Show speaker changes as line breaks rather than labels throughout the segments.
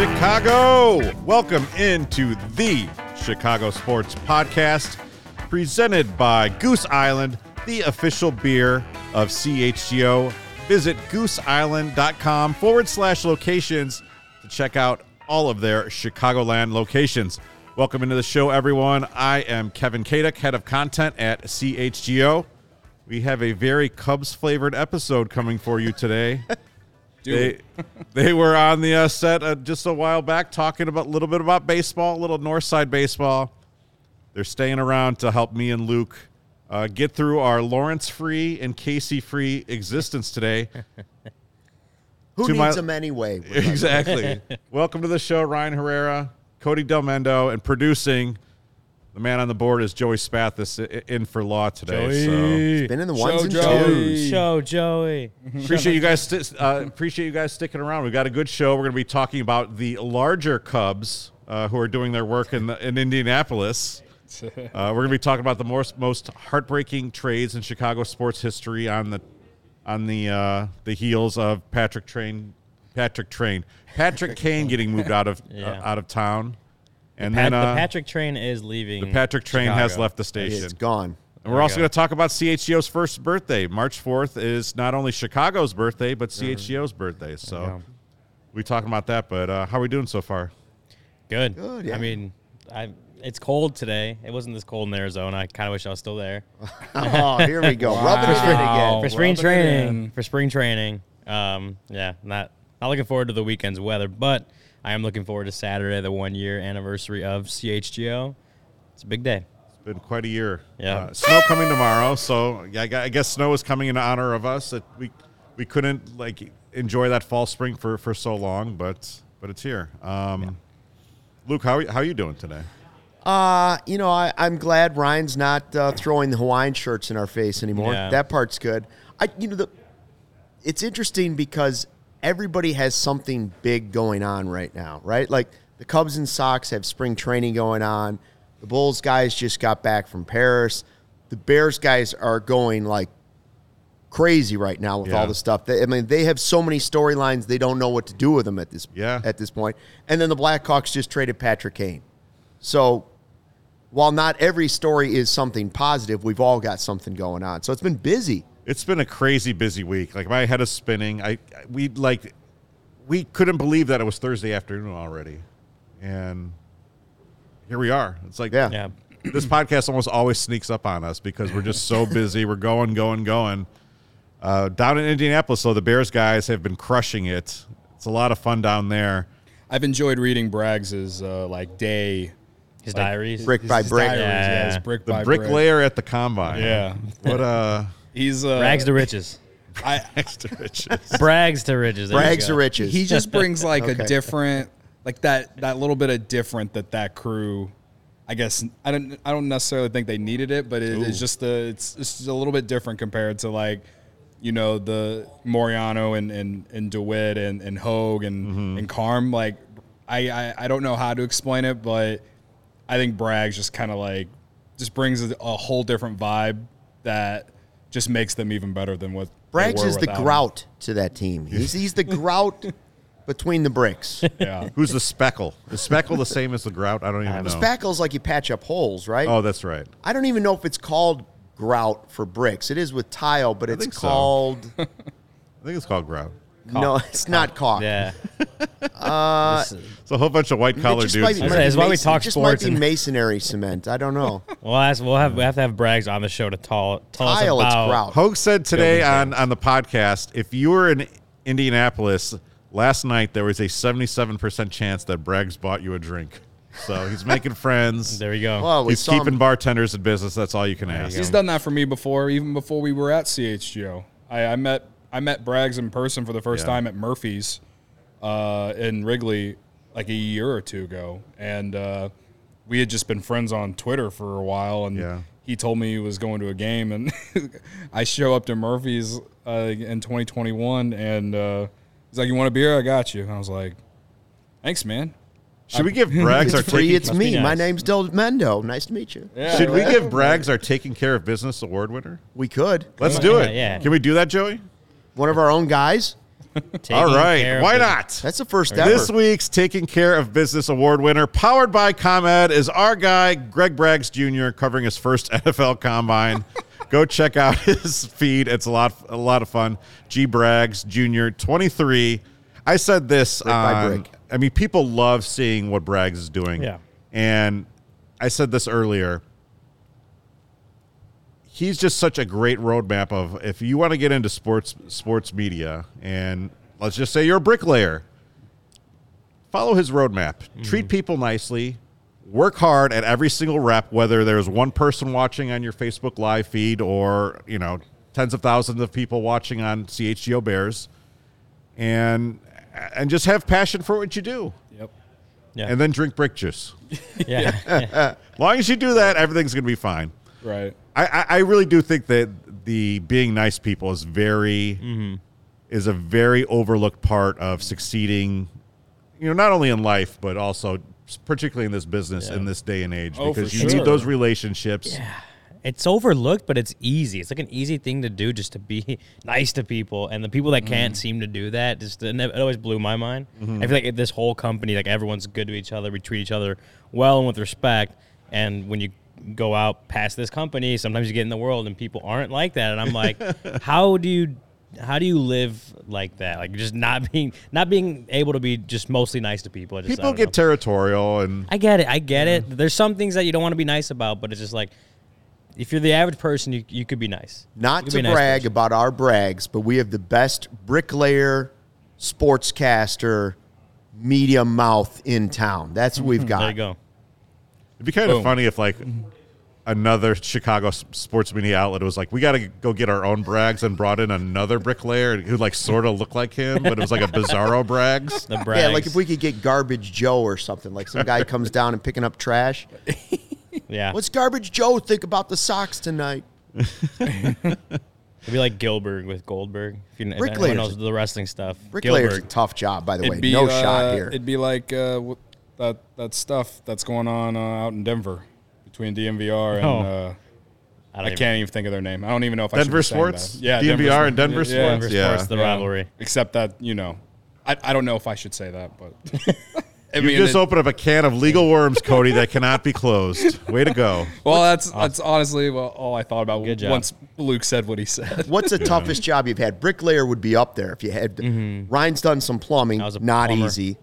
Chicago. Welcome into the Chicago Sports Podcast, presented by Goose Island, the official beer of CHGO. Visit gooseisland.com forward slash locations to check out all of their Chicagoland locations. Welcome into the show, everyone. I am Kevin Kaduk, head of content at CHGO. We have a very Cubs flavored episode coming for you today. they they were on the uh, set uh, just a while back talking about a little bit about baseball, a little north side baseball. They're staying around to help me and Luke uh, get through our Lawrence free and Casey free existence today.
Who
To
needs
my-
'em needs them anyway? We're like,
exactly. Welcome to the show, Ryan Herrera, Cody Delmendo, and producing the man on the board is Joey Spathis i- in for law today. So.
been in the ones and twos.
Show Joey.
appreciate you guys. sti- uh, appreciate you guys sticking around. We've got a good show. We're going to be talking about the larger Cubs uh, who are doing their work in the, in Indianapolis. Uh, we're going to be talking about the most most heartbreaking trades in Chicago sports history on the on the uh, the heels of Patrick Train, Patrick Train, Patrick Kane getting moved out of
Yeah.
uh, out of town, and
Pat-
then uh,
the Patrick train is leaving. The
Patrick Train has left the station.
It's gone.
And we're also going to talk about CHGO's first birthday. March 4th is not only Chicago's birthday, but CHGO's birthday. So we talking about that, but uh, how are we doing so far?
Good.
Good, yeah.
I mean, I it's cold today. It wasn't this cold in Arizona. I kind of wish I was still there.
Oh, here we go. Rubbing it in
For
again.
spring
rub it
training.
in.
For spring training. Um, yeah, not not looking forward to the weekend's weather, but I am looking forward to Saturday, the one year anniversary of CHGO. It's a big day.
It's been quite a year.
Yeah.
Uh, snow coming tomorrow. So I gu- I guess snow is coming in honor of us. That we we couldn't like enjoy that fall spring for, for so long, but but it's here. Um, Luke, how are, you- how are you doing today?
Uh, you know, I, I'm glad Ryan's not uh, throwing the Hawaiian shirts in our face anymore.
Yeah.
That part's good. I, you know, the it's interesting because everybody has something big going on right now, right? Like the Cubs and Sox have spring training going on. The Bulls guys just got back from Paris. The Bears guys are going like crazy right now with
Yeah.
all the stuff. They, I mean, they have so many storylines they don't know what to do with them at this
Yeah.
at this point. And then the Blackhawks just traded Patrick Kane. So while not every story is something positive, we've all got something going on. So it's been busy.
It's been a crazy busy week. Like my head is spinning. I we like we couldn't believe that it was Thursday afternoon already, and here we are. It's like
Yeah.
Yeah.
this podcast almost always sneaks up on us because we're just so busy. We're going, going, going. Uh, down in Indianapolis, though, the Bears guys have been crushing it. It's a lot of fun down there.
I've enjoyed reading Braggs's uh, like day
His diaries.
Brick by
his
brick.
diaries,
Yeah.
his brick
The
by brick.
bricklayer at the combine.
Yeah,
What uh
he's uh,
Rags to riches.
I,
extra riches.
Brags to riches. There you
Brags
go.
are riches.
he just brings like
Okay.
a different, like that that little bit of different that that crew. I guess I don't I don't necessarily think they needed it, but it, it's just a it's, it's just a little bit different compared to like. You know the Moriano and, and, and Dewitt and, and Hogue and
Mm-hmm.
and Carm. Like I, I I don't know how to explain it, but I think Braggs just kind of like just brings a, a whole different vibe that just makes them even better than what they
Braggs
were
is the
without him.
grout to that team. He's, he's the grout between the bricks.
Yeah,
Who's the speckle? Is speckle the same as the grout? I don't
Uh,
even know.
Spackle's like you patch up holes, right?
oh, that's right.
I don't even know if it's called grout for bricks. It is with tile, but it's
think so.
called
I think it's called grout.
no, it's not caulk.
Yeah. This is-
It's a whole bunch of white
It
collar
just might
dudes.
be-
That's
might be
why we
mason-
talk
it just
sports
might be
and-
masonry cement. I don't know.
We'll ask. We'll have. We have to have Braggs on the show to tell tell
Tile,
us
it's
about.
grout.
Hogue said today
Building
on, on the podcast if you were in Indianapolis last night, there was a 77% chance that Braggs bought you a drink. So he's making friends.
There we go.
Well, we
he's
saw him-
keeping bartenders in business. That's all you can ask.
He's done that for me before, even before we were at CHGO. I, I met I met Braggs in person for the first
Yeah.
time at Murphy's uh, in Wrigley like a year or two ago, and uh, we had just been friends on Twitter for a while, and
Yeah.
he told me he was going to a game, and I show up to Murphy's uh, in 2021, and uh, he's like, "You want a beer? I got you." And I was like, "Thanks, man."
Should we give Braggs our
It's free.
taking,
It's me.
nice.
My name's Del Mendo. Nice to meet you.
Yeah,
Should we
right.
give Braggs our taking care of business award winner?
We could.
Let's do
Yeah,
it.
yeah.
Can we do that, Joey?
One of our own guys.
All
Taking care
right.
of
Why
business.
not?
That's the first ever.
This week's Taking Care of Business Award winner, powered by ComEd, is our guy, Greg Braggs Jr., covering his first NFL combine. Go check out his feed. It's a lot, a lot of fun. G Braggs Jr., 23. I said this.
by
on-
brick.
I mean, people love seeing what Braggs is doing.
Yeah.
And I said this earlier. He's just such a great roadmap of if you want to get into sports sports media and let's just say you're a bricklayer, follow his roadmap. Treat people nicely. Work hard at every single rep, whether there's one person watching on your Facebook live feed or, you know, tens of thousands of people watching on CHGO Bears. And and just have passion for what you do.
Yep.
Yeah.
And then drink brick juice.
yeah.
long as you do that, everything's going to be fine.
Right.
I, I, I really do think that the being nice people is very
Mm-hmm.
is a very overlooked part of succeeding. You know, not only in life but also particularly in this business
Yeah.
in this day and age
Oh, for
because you
sure.
need those relationships.
It's overlooked, but it's easy. It's like an easy thing to do just to be nice to people. And the people that
Mm.
can't seem to do that just it nev- it always blew my mind.
Mm-hmm.
I feel like if this whole company, like everyone's good to each other, we treat each other well and with respect. And when you go out past this company, sometimes you get in the world and people aren't like that. And I'm like, how do you how do you live like that? Like just not being not being able to be just mostly nice to people. I just, I
People
don't
get
know.
territorial and
I get it. I get it. There's some things that you don't want to be nice about, but it's just like if you're the average person, you, you could be nice.
Not
You
to
could be a nice
brag
person.
about our brags, but we have the best bricklayer, sportscaster, media mouth in town. That's what we've got.
There you go.
It'd be kind of
Boom.
funny if like another Chicago s- sports media outlet was like, "We got to go get our own Braggs," and brought in another bricklayer who like sort of looked like him, but it was like a bizarro Braggs.
The brag.
Yeah, like if we could get Garbage Joe or something, like some guy comes down and picking up trash.
yeah,
What's Garbage Joe think about the Sox tonight?
it'd be like Gilbert with Goldberg. If you if anyone
Bricklayers.
knows the wrestling stuff,
Bricklayer's a
Gilbert.
tough job, by the way. no
uh,
shot here.
It'd be like uh, wh- that that stuff that's going on uh, out in Denver between DMVR and.
Oh.
Uh,
I don't
I
even-
can't even think of their name. I don't even know if I should
Denver
be saying
Sports,
that. Yeah,
DMVR and
Sport-
Denver
yeah,
Sports,
Denver
yeah.
Sports, the
yeah.
rivalry.
Except that you know, I, I don't know if I should say that, but I
You
mean,
just
it-
open up a can of legal worms, Cody, that cannot be closed. Way to go.
well, that's that's honestly well, all I thought about
Ah. Good job.
once Luke said what he said.
What's the toughest job you've had? Bricklayer would be up there if you had. Ryan's done some plumbing,
was a
not
plumber.
easy.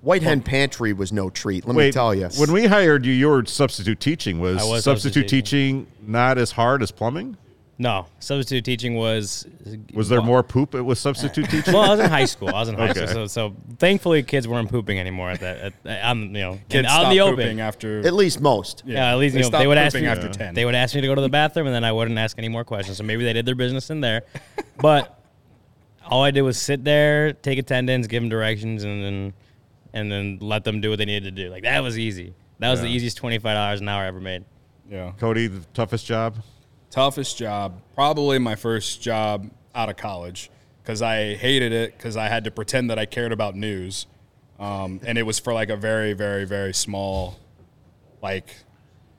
White Hen Pantry was no treat. Let me
Wait,
tell you.
When we hired you, your substitute teaching was,
I was
substitute
substitute
teaching not as hard as plumbing?
No, substitute teaching was
Was there more poop with substitute teaching?
Well, I was in high school. I was in high
Okay.
school, so, so thankfully kids weren't pooping anymore at that. At, on you know,
Kids
out in
stopped
the
pooping
open.
after
at least most.
Yeah, at least
they
you know,
stopped
they would ask
pooping
me
after ten.
They would ask me to go to the bathroom, and then I wouldn't ask any more questions. So maybe they did their business in there, but all I did was sit there, take attendance, give them directions, and then and then let them do what they needed to do. Like that was easy. That was the
Yeah.
easiest twenty five dollars an hour I ever made.
yeah.
Cody, the toughest job?
toughest job probably my first job out of college because i hated it because i had to pretend that i cared about news um, and it was for like a very very very small like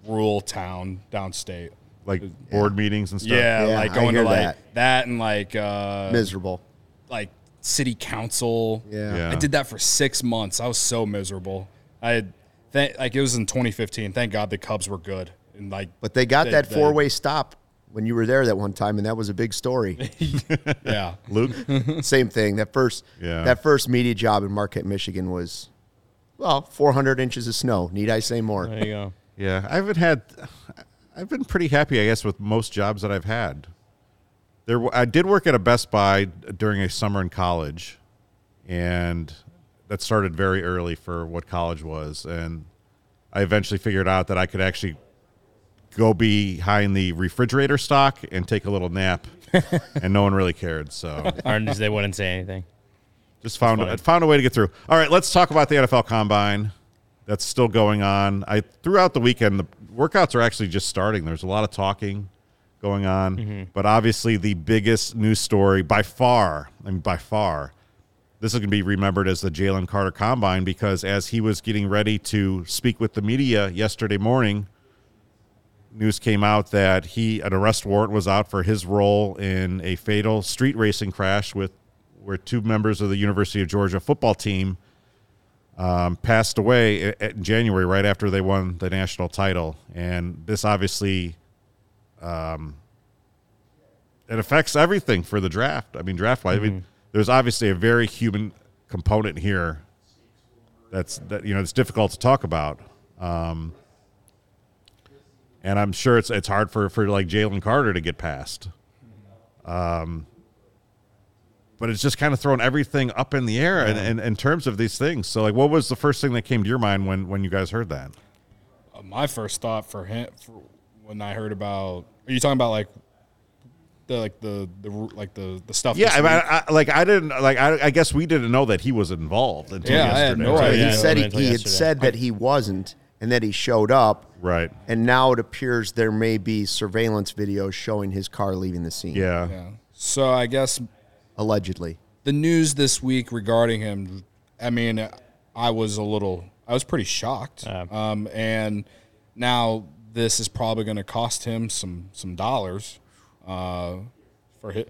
rural town downstate
Like board meetings and stuff?
yeah,
Yeah,
like
I
going to
hear
like
that.
that, and like uh,
Miserable.
like city council
Yeah.
Yeah.
I did that for six months. I was so miserable. I th- like it was in 2015. Thank God the Cubs were good and like,
But they got
They-
that
they-
four way stop when you were there that one time, and that was a big story.
yeah,
Luke?
Same thing. That first,
Yeah.
that first media job in Marquette, Michigan was, well, 400 inches of snow. Need I say more?
There you go.
Yeah, I haven't had. I've been pretty happy, I guess, with most jobs that I've had. There, w- I did work at a Best Buy during a summer in college, and that started very early for what college was. And I eventually figured out that I could actually go behind the refrigerator stock and take a little nap, and no one really cared. So
Or just they wouldn't say anything.
just found I found a way to get through. All right, let's talk about the NFL Combine. That's still going on. I throughout the weekend, the workouts are actually just starting. There's a lot of talking going on, but obviously the biggest news story by far, I mean by far, this is going to be remembered as the Jalen Carter Combine because as he was getting ready to speak with the media yesterday morning, news came out that he an arrest warrant was out for his role in a fatal street racing crash with where two members of the University of Georgia football team um, passed away i- in January, right after they won the national title. And this obviously um, it affects everything for the draft. I mean, draft wise, I mean, there's obviously a very human component here. That's that you know it's difficult to talk about, um, and I'm sure it's it's hard for for like Jalen Carter to get past. Um, but it's just kind of thrown everything up in the air in, in, in terms of these things. So, like, what was the first thing that came to your mind when when you guys heard that?
Uh, My first thought for him for when I heard about are you talking about like the like the the ru- like the the stuff?
Yeah,
this
I, mean,
week?
I, I, like I didn't like I, I guess we didn't know that he was involved until
Yeah, I had
yesterday.
no
right?
idea.
he
Yeah,
said he,
until
he had
yesterday.
said that he wasn't and that he showed up.
Right.
And now it appears there may be surveillance videos showing his car leaving the scene.
Yeah.
yeah. So I guess
Allegedly.
the news this week regarding him, I mean, I was a little, I was pretty shocked. Um, and now this is probably going to cost him some some dollars. Uh, for hi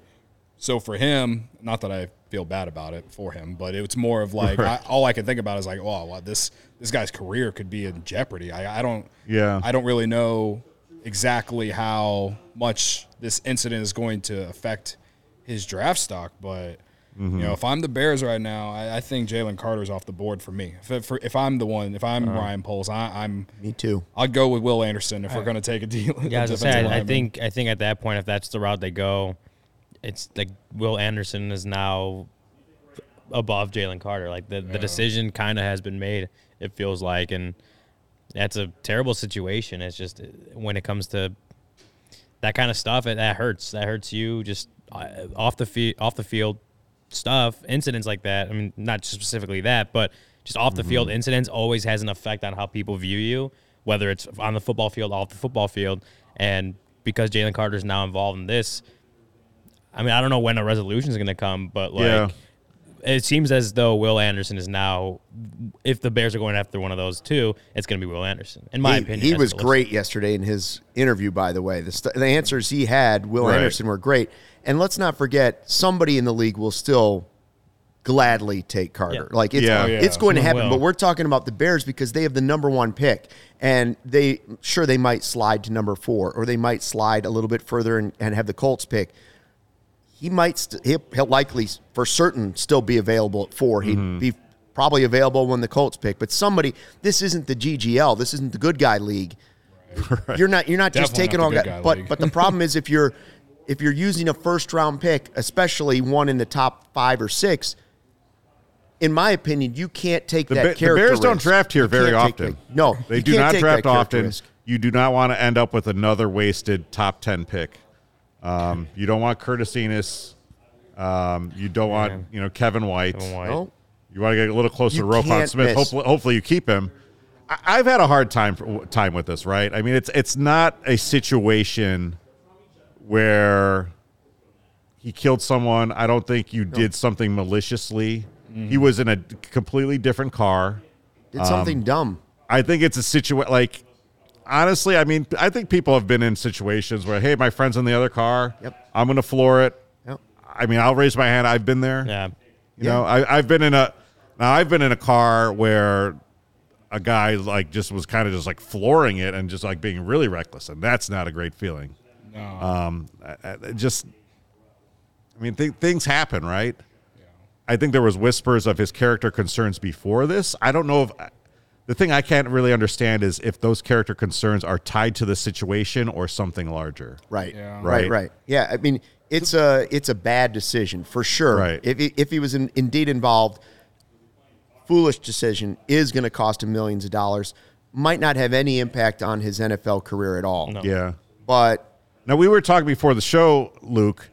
so for him, not that I feel bad about it for him, but it's more of like I, all I can think about is like, oh, wow, this this guy's career could be in jeopardy. I, I don't,
Yeah.
I don't really know exactly how much this incident is going to affect his draft stock, but
Mm-hmm.
you know, if I'm the Bears right now, I, I think Jalen Carter's off the board for me. If, if, if I'm the one, if
Uh-huh.
I'm Ryan Poles, I, I'm
Me too.
I'd go with Will Anderson if we're going to take a deal.
Yeah, I was just saying. I think I think at that point, if that's the route they go, it's like Will Anderson is now above Jalen Carter. Like the, the decision kind of has been made. It feels like, and that's a terrible situation. It's just uh, when it comes to that kind of stuff, it that hurts. That hurts you just uh, off the field, off the field stuff, incidents like that. I mean, not specifically that, but just off the field incidents always has an effect on how people view you, whether it's on the football field, off the football field, and because Jalen Carter is now involved in this. I mean, I don't know when a resolution is going to come, but like
Yeah.
it seems as though Will Anderson is now, if the Bears are going after one of those two, it's going to be Will Anderson. In my
he,
opinion,
he
that's
was
what it looks
great yesterday in his interview. By the way, the, st- the answers he had, Will
Right.
Anderson, were great. And let's not forget, somebody in the league will still gladly take Carter.
Yeah.
Like it's
Yeah. Oh, yeah.
it's going to
Someone
happen.
will.
But we're talking about the Bears because they have the number one pick, and they sure they might slide to number four, or they might slide a little bit further and, and have the Colts pick. He might st- he'll, he'll likely for certain still be available at 4 he
Mm-hmm.
He'd be probably available when the Colts pick. But somebody, this isn't the GGL. This isn't the good guy league. You're not you're not just
Definitely
taking
not
on
the good
guy,
guy
but
league.
but the problem is if you're if you're using a first round pick, especially one in the top five or six, in my opinion, you can't take
The,
that
Ba- the
character.
Bears don't
risk.
draft here
You
very
can't take
often.
that- no,
they
you
do
can't
not
take that
draft
character
often.
risk.
You do not want to end up with another wasted top ten pick. Um, you don't want Curtis Enos. Um, you don't want you know Kevin White.
Kevin White.
No,
You want to get a little closer
You
to Roquan
can't
Smith.
miss.
Hopefully, hopefully you keep him. I, I've had a hard time for, time with this, right? I mean, it's it's not a situation where he killed someone. I don't think you did something maliciously. He was in a completely different car. Um,
did something dumb.
I think it's a situation like honestly, I mean, I think people have been in situations where hey, my friend's in the other car.
Yep.
I'm going to floor it.
Yep.
I mean, I'll raise my hand. I've been there.
Yeah.
You know, I, I've been in a now I've been in a car where a guy like just was kind of just like flooring it and just like being really reckless, and that's not a great feeling. Um, I, I it just, I mean, th- things happen, right? I think there was whispers of his character concerns before this. I don't know if the thing I can't really understand is if those character concerns are tied to the situation or something larger.
Right.
Yeah.
Right.
Right. Right. Yeah. I mean, it's a it's a bad decision for sure.
Right.
If he, if he was in, indeed involved, foolish decision is going to cost him millions of dollars. Might not have any impact on his NFL career at all.
Yeah.
But
Now we were talking before the show, Luke,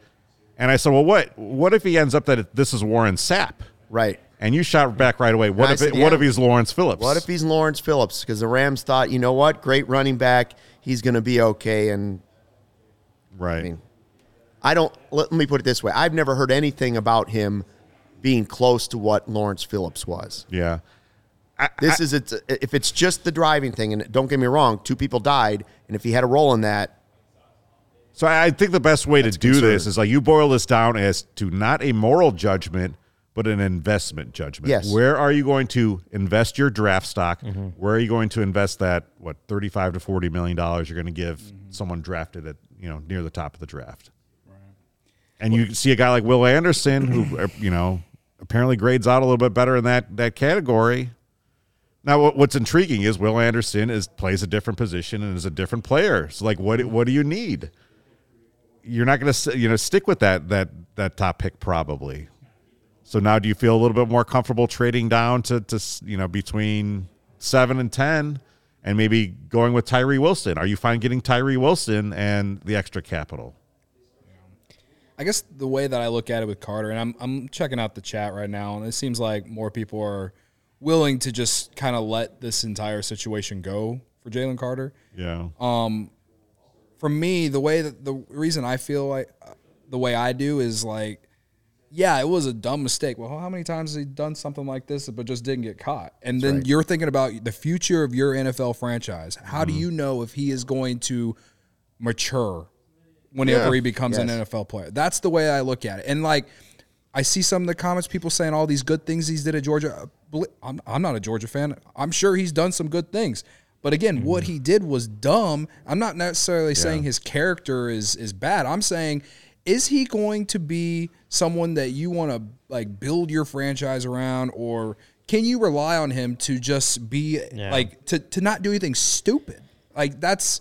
and I said, "Well, what? What if he ends up that it- this is Warren Sapp?"
right.
And you shot back right away. What
I
if? It,
said,
What
yeah.
if he's Lawrence Phillips?
What if he's Lawrence Phillips? Because the Rams thought, you know what, great running back, he's going to be okay. And
Right.
I mean, I don't. Let me put it this way: I've never heard anything about him being close to what Lawrence Phillips was.
yeah.
This is it's if it's just the driving thing, and don't get me wrong, two people died, and if he had a role in that,
So I I think the best way to do
conservative.
this is like you boil this down as to not a moral judgment, but an investment judgment.
Yes.
Where are you going to invest your draft stock? Where are you going to invest that what thirty-five to forty million dollars you're going to give someone drafted at you know near the top of the draft? And you see a guy like Will Anderson, who uh, you know apparently grades out a little bit better in that that category. Now, what- what's intriguing is Will Anderson is plays a different position and is a different player. So, like, what what do you need? You're not going to you know stick with that that that top pick probably. So now, do you feel a little bit more comfortable trading down to to s- you know between seven and ten, and maybe going with Tyree Wilson? Are you fine getting Tyree Wilson and the extra capital?
I guess the way that I look at it with Carter, and I'm I'm checking out the chat right now, and it seems like more people are willing to just kind of let this entire situation go for Jalen Carter.
Yeah,
For me, the way that the reason I feel like the way I do is like, yeah, it was a dumb mistake. Well, how many times has he done something like this but just didn't get caught? And then you're thinking about the future of your NFL franchise. How do you know if he is going to mature whenever he becomes an
Yes.
NFL player. That's the way I look at it. And like, I see some of the comments people saying all these good things he's did at Georgia. Uh, Bel- I'm, I'm not a Georgia fan. I'm sure he's done some good things. But again, what he did was dumb. I'm not necessarily saying his character is is bad. I'm saying is he going to be someone that you want to like build your franchise around or can you rely on him to just be
Yeah.
like to, to not do anything stupid? Like that's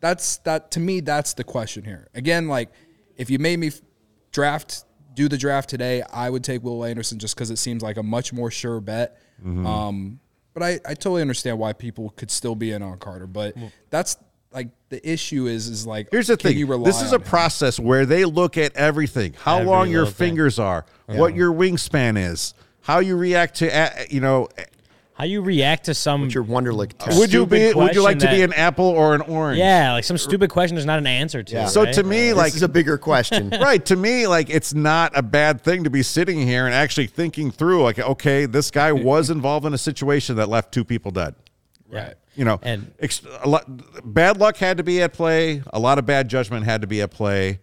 that's that to me that's the question here again like if you made me f- draft do the draft today i would take will anderson just because it seems like a much more sure bet
Mm-hmm.
um, but I, I totally understand why people could still be in on carter but that's like the issue is is like
Here's the
can
thing.
you rely
this is a
on him?
process where they look at everything: how
Every
long your
little thing.
fingers are, what your wingspan is, how you react to, uh, you know,
How you react to some?
Your Wonderlic test.
Uh, would you
Stupid
be, would you like to
question
be
that-
an apple or an orange?
yeah, like some stupid question. There's not an answer to.
Yeah.
So
right?
to me,
This
like,
is a bigger question.
right to me, like, it's not a bad thing to be sitting here and actually thinking through, like, okay, this guy was involved in a situation that left two people dead.
Yeah.
You know,
And-
ex- a lot, bad luck had to be at play. A lot of bad judgment had to be at play.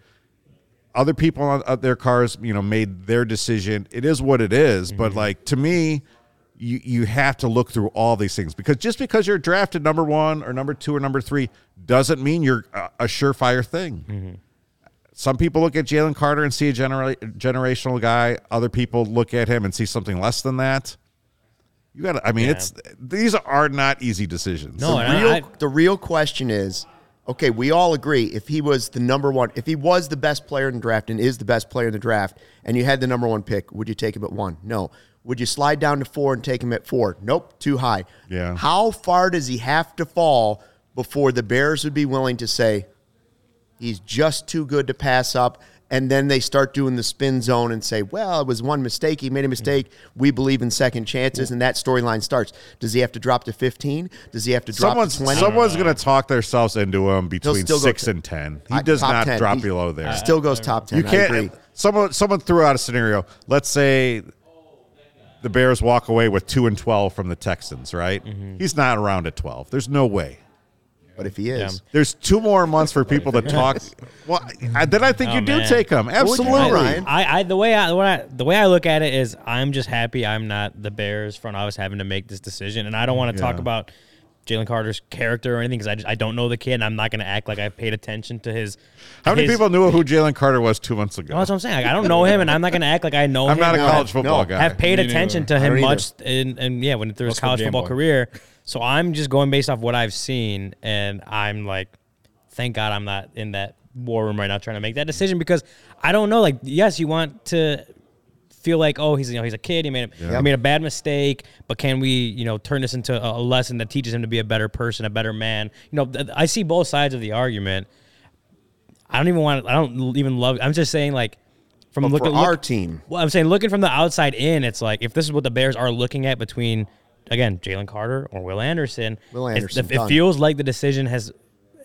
Other people on, on their cars, you know, made their decision. It is what it is, But like to me, you you have to look through all these things because just because you're drafted number one or number two or number three doesn't mean you're a, a surefire thing. Some people look at Jalen Carter and see a genera- generational guy. Other people look at him and see something less than that. You got to. I mean, it's these are not easy decisions.
No, and
real,
I, I,
the real question is okay, we all agree if he was the number one, if he was the best player in the draft and is the best player in the draft, and you had the number one pick, would you take him at one? No. Would you slide down to four and take him at four? Nope, too high.
Yeah.
How far does he have to fall before the Bears would be willing to say he's just too good to pass up? And then they start doing the spin zone and say, well, it was one mistake. He made a mistake. We believe in second chances. And that storyline starts. Does he have to drop to 15? Does he have to drop
Someone's
to 20?
someone's going to talk themselves into him between
still go
six
to-
and ten. He
I-
does
top
not
10.
drop
He
below there.
Still goes top ten.
you
I agree.
can't. Someone someone threw out a scenario. Let's say the Bears walk away with two and twelve from the Texans. Right?
Mm-hmm.
He's not around at twelve. There's no way.
But if he is,
There's two more months for people to talk. Well, I, then I think
Oh,
you do
man.
take him. Absolutely.
Well, Ryan.
I, I the way I, when I the way I look at it is I'm just happy I'm not the Bears front office having to make this decision, and I don't want to talk
Yeah.
about Jalen Carter's character or anything because I just I don't know the kid, and I'm not going to act like I paid attention to his.
How many
his-
people knew who Jalen Carter was two months ago?
No, that's what I'm saying. Like, I don't know him, and I'm not going to act like I know
I'm
him.
not a
or
college football
no.
guy.
Have paid
Me
attention to
neither.
him
don't
much, and, and yeah, when through his
Also
college
Game
football
Boy.
career. So I'm just going based off what I've seen, and I'm like, thank God I'm not in that war room right now trying to make that decision because I don't know. Like, yes, you want to feel like, oh, he's you know he's a kid. He made a, he made a bad mistake, but can we you know turn this into a a lesson that teaches him to be a better person, a better man? You know, th- I see both sides of the argument. I don't even want. I don't even love. I'm just saying like. From
but
looking
for
look-
our team,
well, I'm saying looking from the outside in, it's like if this is what the Bears are looking at between again Jalen Carter or Will Anderson,
Will
it's-
Anderson,
it,
done.
feels like the decision has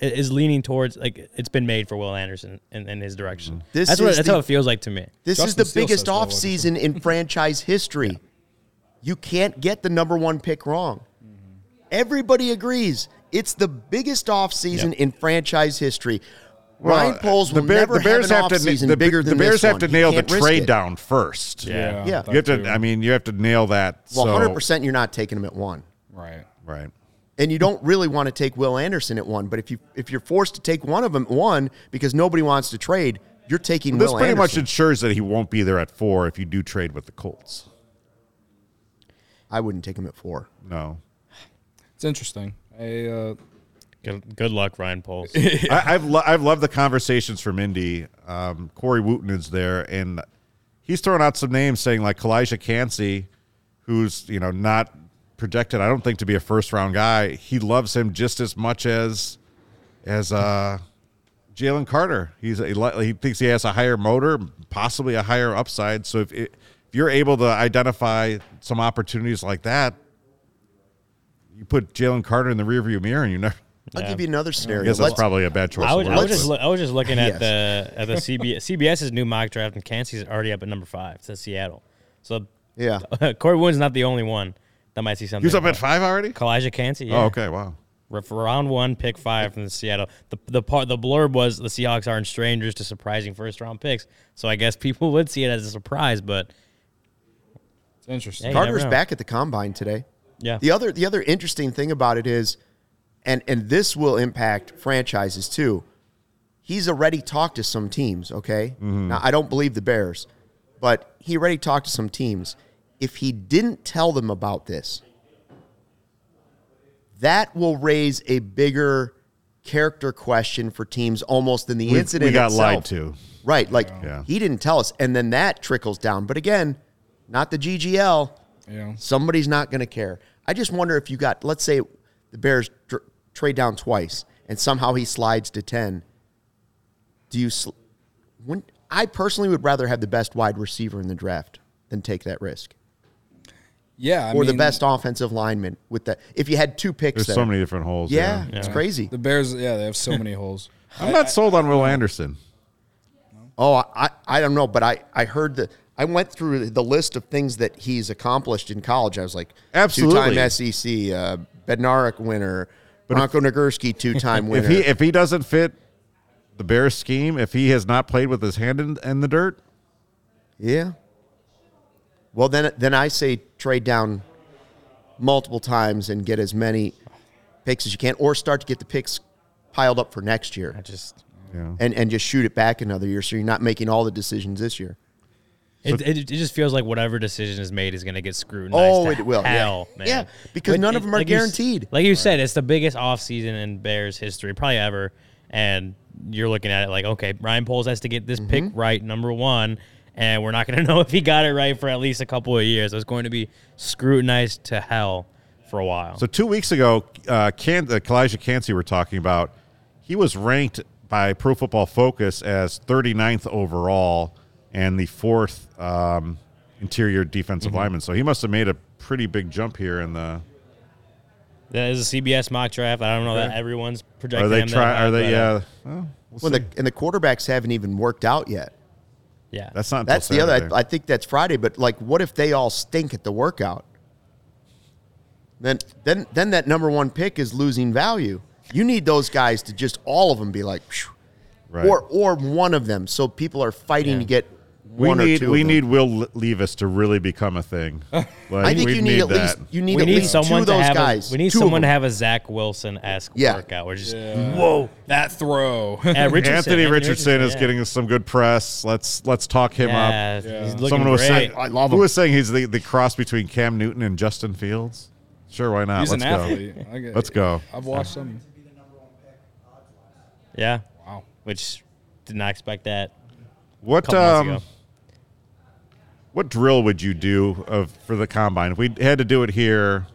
is leaning towards like it's been made for Will Anderson in, in his direction.
Mm-hmm. This
that's what
is
that's
the-
how it feels like to me.
this
Justin
is the
Steele
biggest
says well,
offseason in franchise history. You can't get the number one pick wrong.
Mm-hmm.
Everybody agrees. It's the biggest offseason in franchise history. Ryan Poles will never
the Bears
have an
to na-
offseason
the, B-
bigger
the
than
Bears
this
have
one.
to
You
nail the
can't risk
trade
it.
down first.
Yeah,
Yeah.
that
you have to.
too.
I mean, you have to nail that.
Well,
so-
100% you're not taking him at one.
right.
Right.
and you don't really want to take Will Anderson at one. But if you if you're forced to take one of them at one because nobody wants to trade, you're taking
This
Will
pretty much
Anderson.
ensures that he won't be there at four if you do trade with the Colts.
I wouldn't take him at four.
No.
It's interesting. I, uh,
Good, good luck, Ryan Poles.
I, I've lo- I've loved the conversations from Indy. Um, Corey Wooten is there, and he's throwing out some names, saying like Kalijah Cansey, who's you know not projected. I don't think to be a first round guy. He loves him just as much as as uh, Jalen Carter. He's a, li- he thinks he has a higher motor, possibly a higher upside. So if it, if you're able to identify some opportunities like that, you put Jalen Carter in the rearview mirror, and you never.
I'll
Yeah.
give you another
I
scenario.
guess that's
Let's,
probably a bad choice.
I
of
was, I
words,
was just
but-
look, I was just looking
Yes.
at the at the CBS, CBS's new mock draft, and Kansas is already up at number five. It's at Seattle. So
yeah,
Corey Wooden's not the only one that might see something.
He was up at five already?
Kalijah Kansas. Yeah.
Oh, okay. Wow.
R- For round one, pick five from the Seattle. The the part the blurb was the Seahawks aren't strangers to surprising first round picks. So I guess people would see it as a surprise, but
it's interesting.
Hey. you
Carter's
never know.
back at the combine today.
yeah,
The other the other interesting thing about it is, and and this will impact franchises too. He's already talked to some teams. Okay,
Mm-hmm.
now I don't believe the Bears, but he already talked to some teams. If he didn't tell them about this, that will raise a bigger character question for teams almost than the
We,
incident.
we got
itself.
lied to.
Right. Like
Yeah.
he didn't tell us. And then that trickles down. But again, not the GGL.
Yeah.
Somebody's not going to care. I just wonder if you got, let's say the Bears tr- trade down twice and somehow he slides to 10. Do you, sl- when, I personally would rather have the best wide receiver in the draft than take that risk
Yeah, I
or the
mean,
best offensive lineman with that. If you had two picks
There's
there.
so many different holes.
yeah, it's crazy.
The Bears, yeah, they have so many holes.
I'm not sold on Will Anderson.
Oh, I, I- I don't know, but I, I heard that I went through the list of things that he's accomplished in college. I was like,
Absolutely.
two-time SEC, uh, Bednarik winner, Bronco Nagurski two-time winner.
If he if he doesn't fit the Bears scheme, if he has not played with his hand in, in the dirt,
yeah. Well, then then I say trade down multiple times and get as many picks as you can, or start to get the picks piled up for next year,
I just
yeah.
and and just shoot it back another year, so you're not making all the decisions this year.
It, it, it just feels like whatever decision is made is going to get scrutinized.
Oh,
to
it will, yeah.
Hell, man.
Yeah, because none of them are
like you s-
guaranteed.
like you said, it's the biggest offseason in Bears history, probably ever. And you're looking at it like, okay, Ryan Poles has to get this pick
Mm-hmm.
right, number one. And we're not going to know if he got it right for at least a couple of years. It's going to be scrutinized to hell for a while.
So two weeks ago, uh, Can- uh, Kalijah Cansey we're talking about, he was ranked by Pro Football Focus as 39th overall and the fourth um, interior defensive
Mm-hmm.
lineman. So he must have made a pretty big jump here in the.
that is a CBS mock draft. I don't know that everyone's projecting.
Are they
him that
trying?
high,
Are they?
but, uh,
Yeah. Well, we'll
Well,
see.
the, and the quarterbacks haven't even worked out yet.
yeah.
That's not. until
That's the other.
Saturday.
I, I think that's Friday. But like, what if they all stink at the workout? Then, then, then that number one pick is losing value. You need those guys to just all of them be like, phew.
Right.
or or one of them. So people are fighting
Yeah.
to get
We
one or
need
two.
we
of them.
need Will Le- Levis to really become a thing. Like,
I think
we
you need, at least
that.
you need
we
at
need
least two
someone
of
to
those
have.
guys.
a, we need
Two of
someone to
them.
have a Zach Wilson esque
Yeah.
workout. We're just
Whoa, that throw!
Yeah,
Anthony
Richardson, Anthony
Richardson is
yeah.
getting some good press. Let's let's talk him up.
Yeah,
Yeah.
he's looking
Someone was
great.
saying
I love
who
him.
was saying he's the, the cross between Cam Newton and Justin Fields. Sure, why not?
He's
let's
an
go.
athlete. I get-
Let's go.
I've watched him.
yeah,
Wow.
which did not expect that. A
What
couple months
um
ago.
what drill would you do of for the combine? If we had to do it here,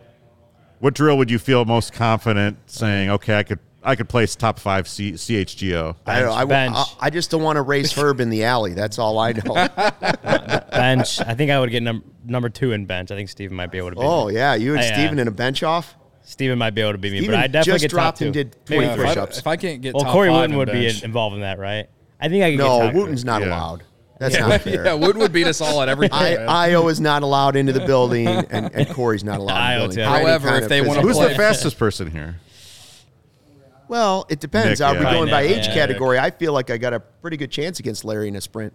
what drill would you feel most confident saying? Okay, I could I could place top five C, CHGO.
I, don't know, I,
Bench.
I, I just don't want to race Herb in the alley. That's all I know.
Bench, I think I would get num- number two in bench. I think Steven might be able to. Beat
oh
me.
yeah, you and
I, uh,
Steven in a bench off.
Steven might be able to beat me,
Steven
but I definitely
just
get top
dropped
two. uh,
and did
Maybe
23
three.
if, I,
push-ups.
if I can't get
Well,
top
Corey
five
Wooden
in
would be
bench-
in- involved in that, right? I think I could get
No,
top
Wooten's
two.
not
Yeah.
allowed. That's
yeah,
not fair.
yeah, Wooden would beat us all at everything. man.
I, Io is not allowed into the building, and, and Corey's not allowed.
Io
in the building.
too.
For any
However,
kind
if
of
they wanna
physical-
Who's
play-
the fastest person here?
Well, it depends.
Nick,
Are we
yeah.
going by
Probably Nick,
age
yeah.
category? I feel like I got a pretty good chance against Larry in a sprint.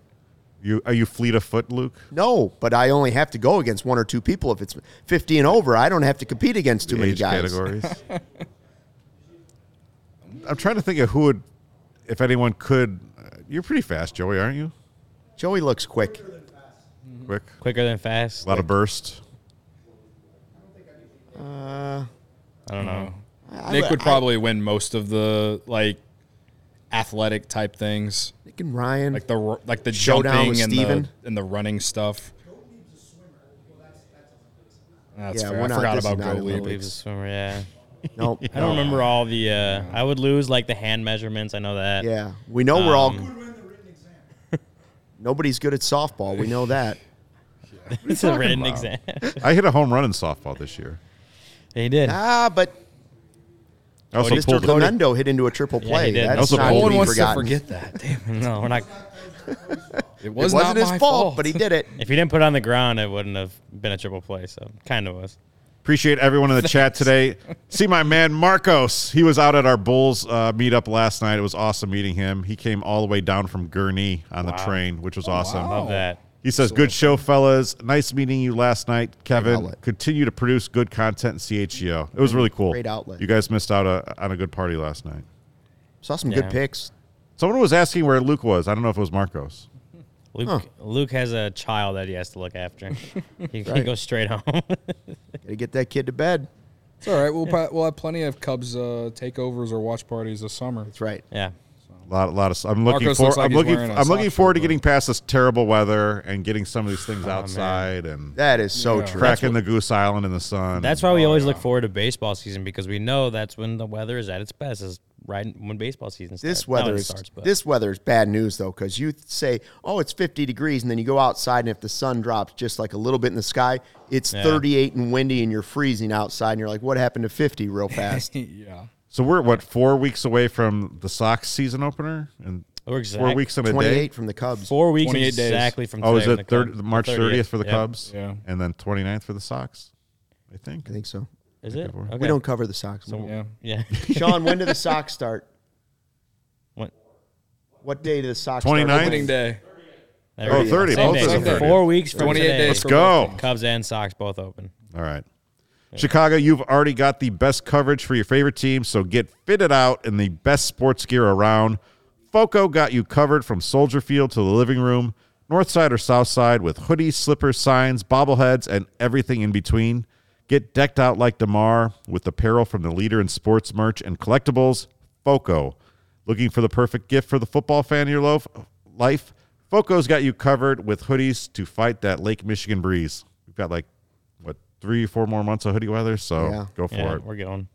You are you fleet of foot, Luke?
No, but I only have to go against one or two people if it's 50 and over. I don't have to compete against too many
age
guys.
categories. I'm trying to think of who would, if anyone could. uh, You're pretty fast, Joey, aren't you?
Joey looks quick. Mm-hmm.
Quick,
Quicker than fast.
a lot of burst.
I don't know.
Nick would probably win most of the like athletic type things,
Nick and Ryan.
like the ru- like the
Showdown
jumping
with
and
Steven?
the and the running stuff. That's
Yeah,
fair.
we're
I
not-
forgot
this is
about
not in
go
the
leave.
Leaves a swimmer, yeah.
no,
I don't remember all the. Uh, I would lose like the hand measurements. I know that.
yeah, we know we're all. Nobody's good at softball. We know that.
it's a written exam.
I hit a home run in softball this year.
he did.
Ah, but
I also
Mr.
pulled. a-
Clemente hit into a triple
he
play.
did.
That's
Also
not
pulled.
No
to
one
be
wants to
forgotten.
forget that. Damn,
no, we're not.
it
It
was
wasn't
not
his
my
fault, but he did it.
If he didn't put it on the ground, it wouldn't have been a triple play. So kind of was.
Appreciate everyone in the chat today. See my man Marcos. He was out at our Bulls uh, meetup last night. It was awesome meeting him. He came all the way down from Gurnee on the train, which was awesome.
wow.
Love
Oh.
that.
He says, "Good show, fellas. Nice meeting you last night, Kevin.
outlet.
Continue to produce good content in CHGO. It was really cool.
Great outlet.
You guys missed out uh on a good party last night.
Saw some
Yeah.
good picks.
Someone was asking where Luke was. I don't know if it was Marcos.
Luke, Luke has a child that he has to look after. he, he
Right.
goes straight home.
Gotta get that kid to bed.
It's all right. We'll pro- we'll have plenty of Cubs uh, takeovers or watch parties this summer.
That's right.
yeah.
A lot, a lot of. I'm looking
Marcos
for.
looks like
I'm
he's
looking.
wearing a Oh,
I'm looking
sock
forward to
shirt,
getting past this terrible weather and getting some of these things outside and
That is so
Yeah.
true.
cracking the Goose Island in the sun.
That's why we always
Oh,
look forward to baseball season because we know that's when the weather is at its best. Is right when baseball season starts.
This
Not when
weather
it
is
starts, but
this weather is bad news though, because you th- say, "Oh, it's 50 degrees," and then you go outside, and if the sun drops just like a little bit in the sky, it's 38 and windy, and you're freezing outside, and you're like, "What happened to 50 real fast?"
yeah.
so we're what four weeks away from the Sox season opener and
We're
four
exact-
weeks in a day.
28 from the Cubs.
four weeks
28 days.
exactly from today.
Oh, is
when
it
the Cubs-
third, March 30th, for the
yeah.
Cubs?
Yeah.
And then 29th for the Sox, I think.
I think so.
Is it?
we're-
Okay.
We don't cover the Sox.
Yeah.
Yeah.
Sean, when do the Sox start?
What?
Oh,
What day do the Sox
29th?
start?
Opening day.
There
Oh,
we go.
30,
Same
both
day.
of them
So
30.
Four weeks from
28
today.
days.
Let's go.
Cubs and Sox both open.
All right. Chicago, you've already got the best coverage for your favorite team, so get fitted out in the best sports gear around. Foco got you covered from Soldier Field to the living room, north side or south side, with hoodies, slippers, signs, bobbleheads, and everything in between. Get decked out like DeMar with apparel from the leader in sports merch and collectibles, Foco. Looking for the perfect gift for the football fan in your loaf, life? Foco's got you covered with hoodies to fight that Lake Michigan breeze. We've got like, what, three, four more months of hoodie weather, so
Yeah.
go for
Yeah,
it.
we're going.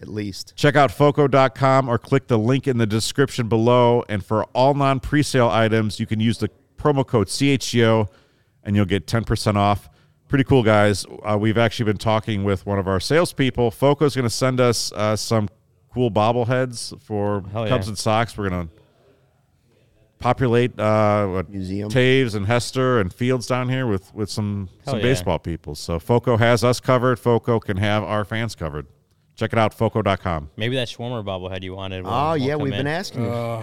At least.
Check out foco.com or click the link in the description below. And for all non presale items, you can use the promo code CHGO and you'll get 10% off. Pretty cool, guys. Uh, we've actually been talking with one of our salespeople. Foco's going to send us uh, some cool bobbleheads for
Hell
Cubs
yeah.
and Sox. We're going to populate uh, what,
Museum.
Taves and Hester and Fields down here with, with some,
Hell
some
yeah.
baseball people. So Foco has us covered. Foco can have our fans covered. Check it out, foco.com.
Maybe that Schwarmer bobblehead you wanted. will-
Oh
will
yeah,
come
we've been
in. Uh,
asking. you.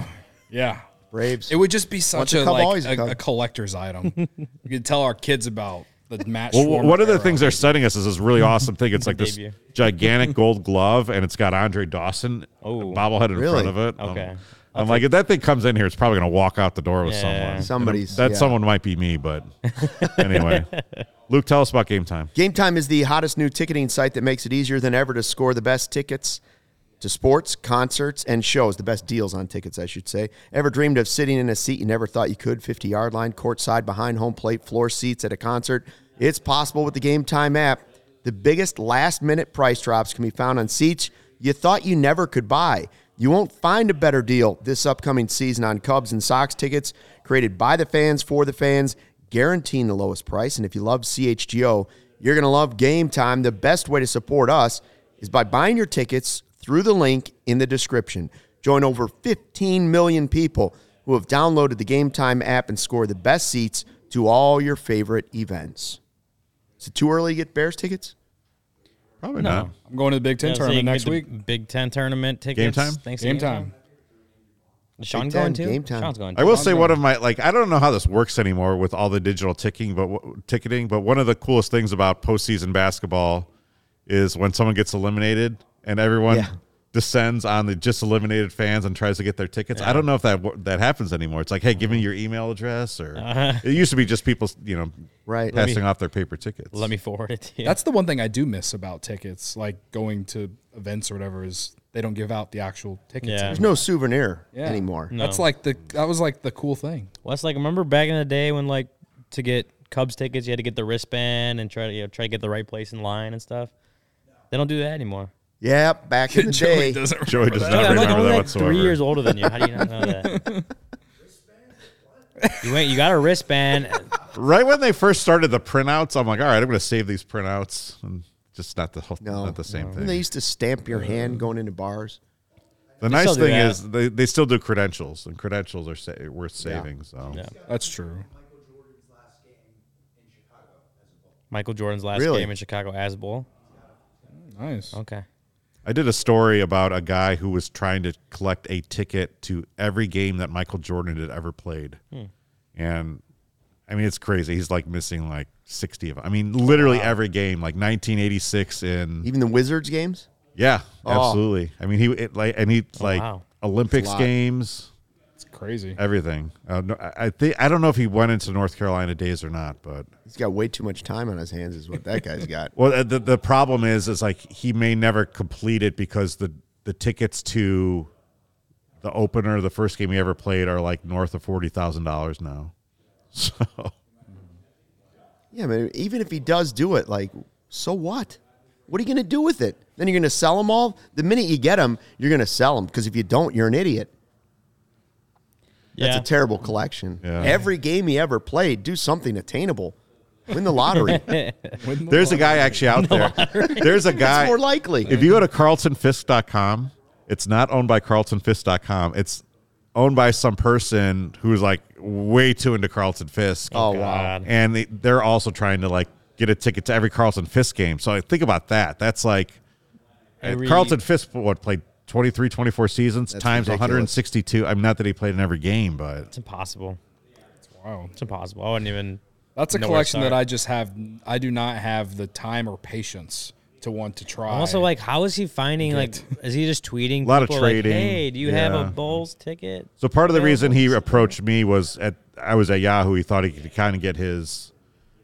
Yeah.
Braves.
It would just be such
a
a
Cub,
like
always a
a,
Cub.
a collector's item. we could tell our kids about the match.
Well, one of the things they're sending us is this really awesome thing. It's like this
Debut.
gigantic gold glove, and it's got Andre Dawson
Oh.
bobblehead in
Really?
front of it. Um,
Okay.
I'm like, if that thing comes in here, it's probably going to walk out the door with
Yeah.
someone.
Somebody's-
that
yeah.
someone might be me, but anyway. Luke, tell us about game time.
Game Time is the hottest new ticketing site that makes it easier than ever to score the best tickets to sports, concerts, and shows. The best deals on tickets, I should say. Ever dreamed of sitting in a seat you never thought you could? 50 yard line, courtside, behind home plate, floor seats at a concert. It's possible with the Game Time app. The biggest last minute price drops can be found on seats you thought you never could buy. You won't find a better deal this upcoming season on Cubs and Sox tickets created by the fans for the fans, guaranteeing the lowest price. And if you love CHGO, you're going to love Game Time. The best way to support us is by buying your tickets through the link in the description. Join over 15 million people who have downloaded the Game Time app and score the best seats to all your favorite events. Is it too early to get Bears tickets?
Probably
No.
not.
I'm going to the Big Ten
Yeah, so you can
tournament
get
next
the
week.
Big Ten tournament tickets.
time?
Thanks to
Game time.
Is Sean
Big Ten,
going too?
game time.
Sean's going.
I
too.
will say one of my like I don't know how this works anymore with all the digital ticking, but w- ticketing. But one of the coolest things about postseason basketball is when someone gets eliminated and everyone
Yeah.
descends on the just eliminated fans and tries to get their tickets. I don't know if that wo- that happens anymore. It's like, hey,
Mm-hmm.
give me your email address, or
Uh-huh.
it used to be just people, you know,
Right. Let me-
passing off their paper tickets.
Let me forward it to you.
That's the one thing I do miss about tickets, like going to events or whatever, is they don't give out the actual tickets.
Yeah.
anymore.
There's no souvenir
Yeah.
anymore.
That's like the that was like the cool thing.
Well, it's like remember back in the day when like to get Cubs tickets, you had to get the wristband and try to you know, try to get the right place in line and stuff. They don't do that anymore.
Yeah, back in the day.
doesn't
Joey does not
I'm like
remember
only
that
like
whatsoever.
three years older than you. How do you not know that? you went. You got a wristband.
Right when they first started the printouts, I'm like, all right, I'm going to save these printouts, and just not the whole,
No.
not the same thing.
When they used to stamp your hand going into bars.
The nice
still do
thing
that.
is they, they still do credentials, and credentials are sa- worth saving. So
Yeah.
That's true.
Michael Jordan's last
Really?
game in Chicago as a bowl.
Nice.
Okay.
I did a story about a guy who was trying to collect a ticket to every game that Michael Jordan had ever played,
Hmm.
and I mean it's crazy. He's like missing like sixty of. I mean, literally every game, like 1986 in
Even the Wizards games?
yeah,
Oh.
absolutely. I mean he it, like and he like
Oh, wow.
Olympics
lot.
games,
It's crazy.
everything. Uh, no, I- I think I don't know if he went into North Carolina days or not, but
He's got way too much time on his hands, is what that guy's got.
Well, uh, the the problem is, is like he may never complete it because the the tickets to the opener, the first game he ever played, are like north of forty thousand dollars now. So
Yeah, man. Even if he does do it, like, so what? What are you going to do with it? Then you're going to sell them all? The minute you get them, you're going to sell them because if you don't, you're an idiot. That's
Yeah.
a terrible collection.
Yeah.
Every game he ever played, do something attainable. Win the lottery.
Win the
there's a guy actually out there. There's a guy.
That's more likely.
If you go to carltonfisk.com, it's not owned by carltonfisk.com. It's owned by some person who's like way too into Carlton Fisk.
Oh, wow.
and they, they're also trying to like get a ticket to every Carlton Fisk game. So like, think about that. That's like
Every-
Carlton Fisk what played 23, 24 seasons
That's
times
ridiculous.
162. I'm not that he played in every game, but
It's impossible.
Wow.
It's impossible. I wouldn't even.
That's a
know where to
collection that
start.
I just have. I do not have the time or patience to want to try.
Also, like, how is he finding? Like,
Good.
is he just tweeting? A
Lot of trading.
Like, hey, do you have
Yeah.
a Bulls ticket?
so part of the reason he approached me was at I was at Yahoo. He thought he could kind of get his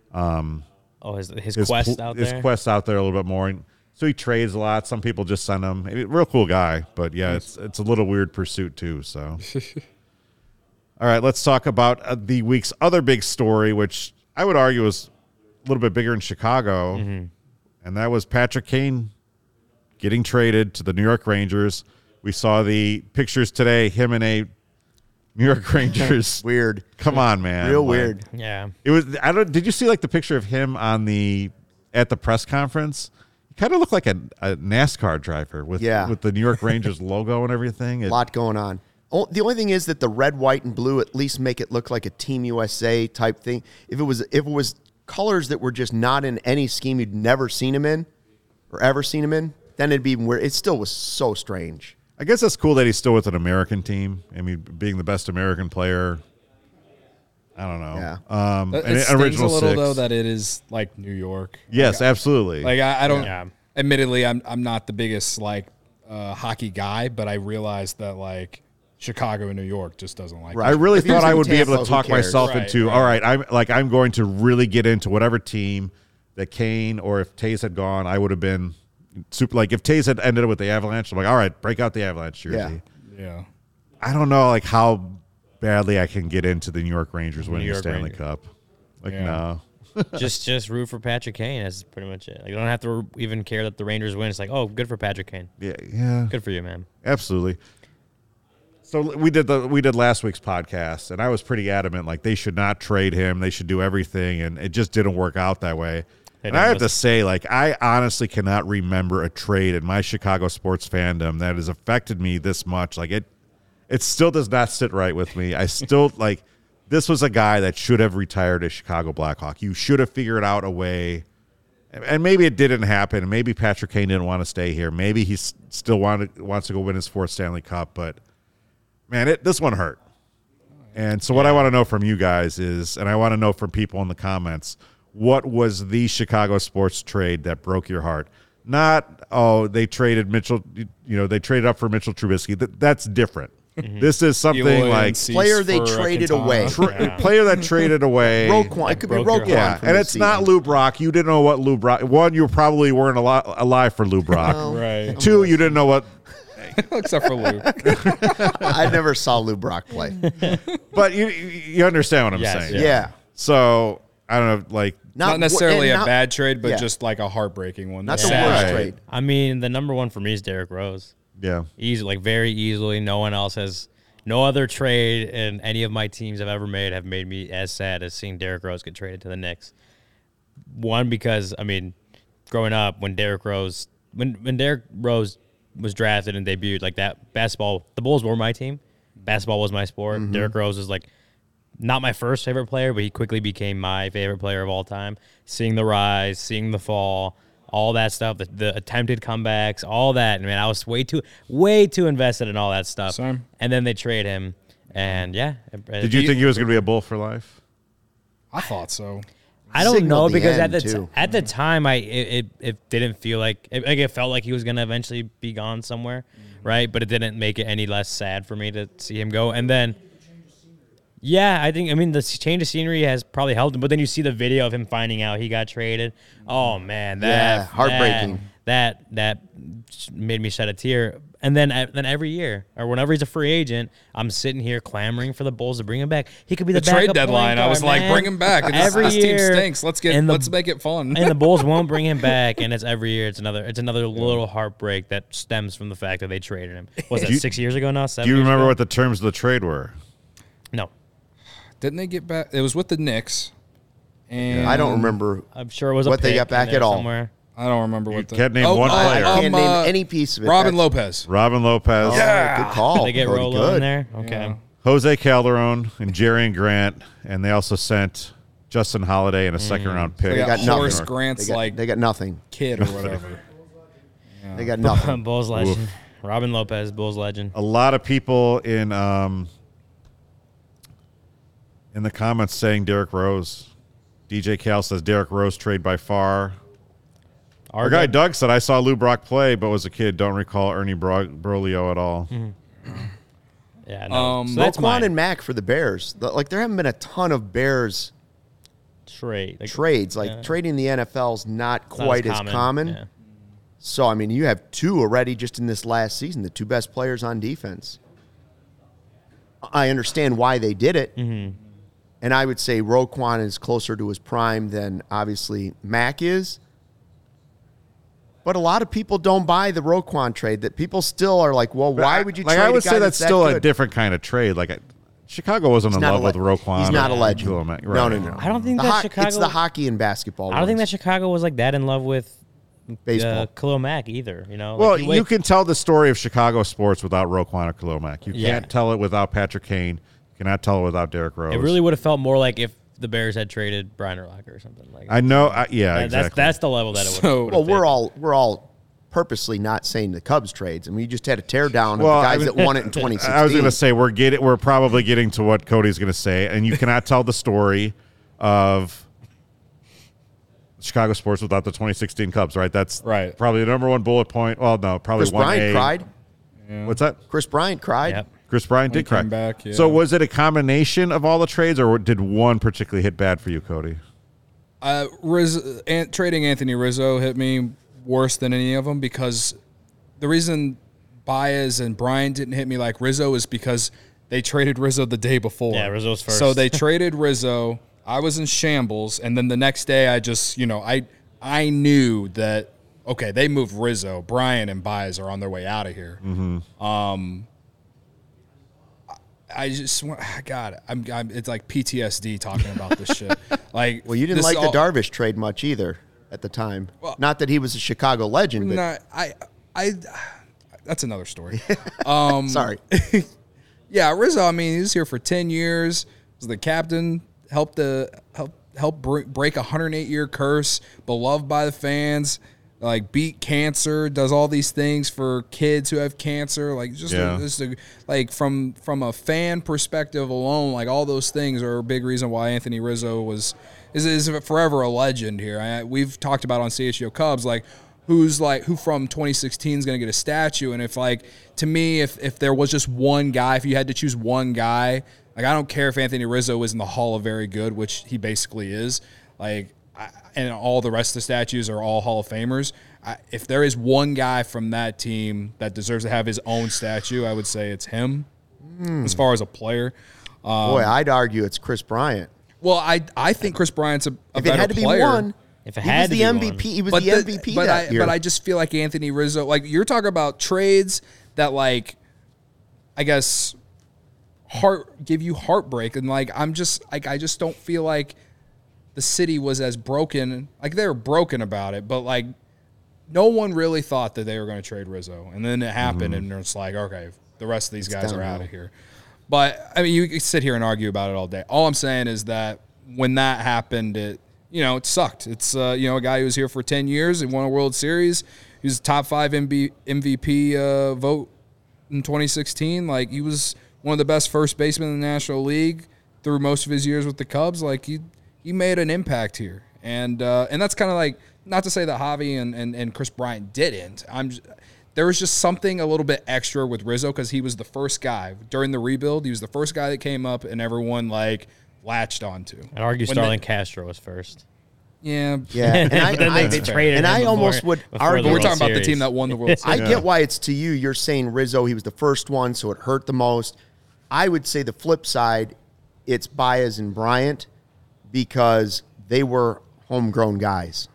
Oh, his his,
his
quest
pl-
out
his
there.
quest out there a little bit more. And so he trades a lot. Some people just send him. Eh, Real cool guy, but yeah, it's it's a little weird pursuit too. So, all right, let's talk about uh, the week's other big story, which I would argue is a little bit bigger in Chicago,
Mm-hmm.
and that was Patrick Kane getting traded to the New York Rangers. We saw the pictures today. Him and a New York Rangers.
Weird.
Come on, man.
Real
Like,
weird.
Yeah.
it was. I don't. Did you see like the picture of him on the at the press conference? He kind of looked like a, a NASCAR driver with
Yeah.
with the New York Rangers logo and everything. It-
A lot going on. O- The only thing is that the red, white, and blue at least make it look like a Team USA type thing. If it was, if it was colors that were just not in any scheme you'd never seen him in, or ever seen him in, then it'd be weird. It still was so strange.
I guess that's cool that he's still with an American team. I mean, being the best American player. I don't know. Yeah. Um,
it,
and
it stings
original
a little
six.
though that it is like New York.
yes, absolutely.
Like I, I don't.
Yeah.
Admittedly, I'm I'm not the biggest like uh, hockey guy, but I realized that like Chicago and New York just doesn't like.
I
Right.
really
If he was
thought I
in
would be
Tampa,
able to
who
talk
cares?
myself
Right,
into all right. I'm like I'm going to really get into whatever team that Kane or if Tays had gone, I would have been super. Like if Tays had ended up with the Avalanche, I'm like all right, break out the Avalanche jersey.
Yeah.
it. Yeah.
I don't know like how badly I can get into the New York Rangers winning
York
the Stanley
Rangers.
Cup. Like
Yeah.
no,
just just root for Patrick Kane. That's pretty much it. Like, you don't have to even care that the Rangers win. It's like, oh, good for Patrick Kane.
yeah, yeah,
Good for you, man.
absolutely. So we did the we did last week's podcast, and I was pretty adamant like they should not trade him. They should do everything, and it just didn't work out that way.
It
And I have
does.
to say, like I honestly cannot remember a trade in my Chicago sports fandom that has affected me this much. Like it, it still does not sit right with me. I still like this was a guy that should have retired as Chicago Blackhawk. You should have figured out a way and maybe it didn't happen. and Maybe Patrick Kane didn't want to stay here. Maybe he s- still wanted wants to go win his fourth Stanley Cup. But man, it this one hurt. And so, what I want to know from you guys is, and I want to know from people in the comments, what was the Chicago sports trade that broke your heart? Not oh, they traded Mitchell. You know, they traded up for Mitchell Trubisky. That, that's different. This is something like
player they traded away.
tr- player that traded away.
Roquan. It could be
broke your
Roquan.
Yeah,
from
and
the
it's not
season.
Lou Brock. You didn't know what Lou Brock. One, you probably weren't alive, alive for Lou Brock.
Right.
Two, you didn't know what.
Except for Luke.
I never saw Lou Brock play.
But you you understand what I'm
Yes,
saying.
Yeah.
Yeah.
So I don't know, like
Not
wo-
necessarily
and
a
not-
bad trade, but
yeah.
just like a heartbreaking one.
Not
That's
the worst
Right.
trade.
I mean, the number one for me is Derrick Rose.
yeah.
Easy, like very easily. No one else has. No other trade in any of my teams I've ever made have made me as sad as seeing Derrick Rose get traded to the Knicks. One because I mean, growing up when Derrick Rose when when Derrick Rose was drafted and debuted like that basketball the Bulls were my team. Basketball was my sport.
Mm-hmm.
Derrick Rose was like not my first favorite player, but he quickly became my favorite player of all time. Seeing the rise, seeing the fall, all that stuff, the, the attempted comebacks, all that. And man, I was way too way too invested in all that stuff.
Same.
And then they trade him, and yeah.
Did you think he was going to be a bull for life?
I thought so.
I don't
signaled
know
the
because at
end,
the
too.
t- at the time, I it, it, it didn't feel like it, like it felt like he was gonna eventually be gone somewhere,
Mm-hmm.
right? But it didn't make it any less sad for me to see him go. And then, yeah, I think I mean the s- change of scenery has probably helped him. But then you see the video of him finding out he got traded. Oh man, that
Yeah, heartbreaking.
That that, that made me shed a tear. And then I- then every year or whenever he's a free agent, I'm sitting here clamoring for the Bulls to bring him back. He could be the,
The trade
backup point
deadline, I was
guard,
like,
man.
bring him back. This,
Every
this
year,
team stinks. Let's get
and the-
let's make it fun.
and the Bulls won't bring him back, and it's every year. It's another. It's another little heartbreak that stems from the fact that they traded him. Was that
you-
six years ago now? Seven
Do you
years
remember
ago?
what the terms of the trade were?
No,
Didn't they get back? It was with the Knicks, and
I don't remember.
I'm sure it was a
What they
pick
got
in
back
there
at all.
Somewhere.
I don't remember what the Oh,
can't name one
one
player. I
can't name any piece of it.
Um, uh, Robin
That's-
Lopez.
Robin Lopez,
Yeah. Good call.
They get
Cody.
Rolo
Good.
in there. Okay.
Jose Calderon, and Jerry and Grant, and they also sent Justin Holiday and a second round pick.
They got
got nothing.
Horace
They
Grant's
got,
like
they got nothing.
kid or whatever.
They got nothing.
Bulls legend. Robin Lopez, Bulls legend.
a lot of people in um in the comments saying Derek Rose. DJ Cal says Derek Rose trade by far. Our guy Doug said I saw Lou Brock play, but was a kid. Don't recall Ernie Bro- Brolio at all.
Mm-hmm. Yeah. No.
Um,
so that's
Roquan
mine.
and Mac for the Bears. The- Like there haven't been a ton of Bears
trade. Like,
trades. Like trading the NFL's not
it's not
quite as common.
Yeah.
So I mean, you have two already just in this last season. The two best players on defense. I understand why they did it, and I would say Roquan is closer to his prime than obviously Mac is. But a lot of people don't buy the Roquan trade. That people still are like, well, why would you?
Like
trade
I
a
would
guy
say that's, still
that
a
good?
different kind of trade. Like I, Chicago wasn't in
not
love
a
with
le-
Roquan.
He's not a
or
legend.
Khalil Mack.
No,
Right.
no, no.
I don't think
the
that
ho- It's
Chicago-
the hockey and basketball.
I don't think that
ones.
Chicago was like that in love with
baseball.
uh, Khalil Mack either. You know. Like,
Well,
he
you,
wait-
can tell the story of Chicago sports without Roquan or Khalil Mack. You
Yeah.
can't tell it without Patrick Kane. You cannot tell it without Derek Rose.
It really would have felt more like if the Bears had traded Brian Urlacher or something like.
I know. I, yeah,
That-
exactly.
That's that's the level that it would.
So-
would've
Well,
been.
we're all we're all purposely not saying the Cubs trades. I mean, you just had a tear down
Well,
of the
I
guys
mean-
that won it in 2016.
I was going to say we're getting we're probably getting to what Cody's going to say, and you cannot tell the story of Chicago sports without the 2016 Cubs, right? That's
Right.
Probably the number one bullet point. Well, no, probably
Chris
one
Bryant
A.
cried.
What's that?
Chris Bryant cried.
Yep.
Chris Bryant did cry.
came back, yeah.
So was it a combination of all the trades, or did one particularly hit bad for you, Cody?
Uh, Riz, an, trading Anthony Rizzo hit me worse than any of them because the reason Baez and Brian didn't hit me like Rizzo is because they traded Rizzo the day before.
Yeah, Rizzo's first.
So they traded Rizzo. I was in shambles, and then the next day, I just you know I I knew that okay they moved Rizzo, Brian, and Baez are on their way out of here.
Mm-hmm.
I just want, God, I'm, I'm it's like PTSD talking about this shit. Like,
Well, you didn't
this
like
all-
the Darvish trade much either at the time.
Well-
not that he was a Chicago legend, but
No, I, I, that's another story.
sorry,
yeah, Rizzo. I mean, he was here for ten years. Was the captain. Helped the help helped br- break a 108 year curse, beloved by the fans, like beat cancer, does all these things for kids who have cancer. Like just, a-
Yeah.
just a, like from from a fan perspective alone, like all those things are a big reason why Anthony Rizzo was is is forever a legend here. I, we've talked about on CHGO Cubs like who's like who from 2016 is going to get a statue and if like to me if if there was just one guy if you had to choose one guy like I don't care if Anthony Rizzo is in the Hall of Very Good which he basically is like I, and all the rest of the statues are all Hall of Famers I, if there is one guy from that team that deserves to have his own statue I would say it's him as far as a player Uh, Um,
Boy, I'd argue it's Chris Bryant.
well I I think Chris Bryant's a, a
If it
better
had to
player
be one,
If it
he
had
was
to
the
be one.
MVP. He was the, MVP
but
that
I,
year.
But I just feel like Anthony Rizzo, like you're talking about trades that like, I guess, heart give you heartbreak, and like I'm just like I just don't feel like the city was as broken. Like they were broken about it, but like no one really thought that they were going to trade Rizzo, and then it happened, and it's like okay, the rest of these guys are out
downhill.
of here. But I mean, you could sit here and argue about it all day. All I'm saying is that when that happened, it you know it sucked. It's uh, you know a guy who was here for ten years and won a World Series. He was a top five MB, MVP uh, vote in 2016. Like he was one of the best first basemen in the National League through most of his years with the Cubs. Like he he made an impact here, and uh, and that's kind of like not to say that Javi and, and, and Chris Bryant didn't. I'm j there was just something a little bit extra with Rizzo because he was the first guy during the rebuild. He was the first guy that came up, and everyone like latched onto.
I'd argue
When
Starlin Castro was first.
The, yeah,
yeah, and I,
But then they-
I-
they traded
and
him
I
before-
almost would
before the
argue.
But we're
World
talking about the
Series.
team that won the World
I
Series.
get why it's to you. You're saying Rizzo, he was the first one, so it hurt the most. I would say the flip side, it's Baez and Bryant because they were homegrown guys.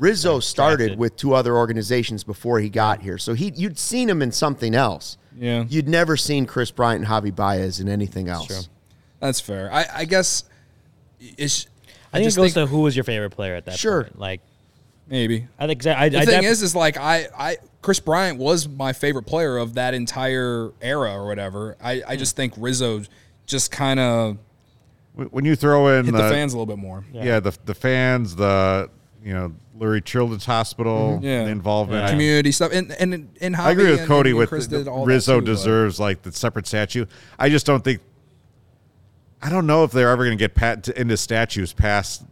Rizzo started
drafted.
with two other organizations before he got here, so he you'd seen him in something else.
Yeah.
you'd never seen Chris Bryant and Javi Baez in anything else.
That's fair. I, I guess it's.
I think
just
it goes to who was your favorite player at that
Sure.
point. Like
maybe
I think I, I
The
def-
thing is, is like I, I, Chris Bryant was my favorite player of that entire era or whatever. I, I just think Rizzo just kind of
When you throw in
hit
the
the fans a little bit more.
yeah, the the fans, the you know Lurie Children's Hospital,
Mm-hmm. Yeah.
the involvement.
Yeah.
Community stuff, and and and
I agree
Javi
with
and-
Cody
and
with
Chris
the-
did all that
Rizzo
too, but-
deserves like the separate statue. I just don't think. I don't know if they're ever going to get pat into statues past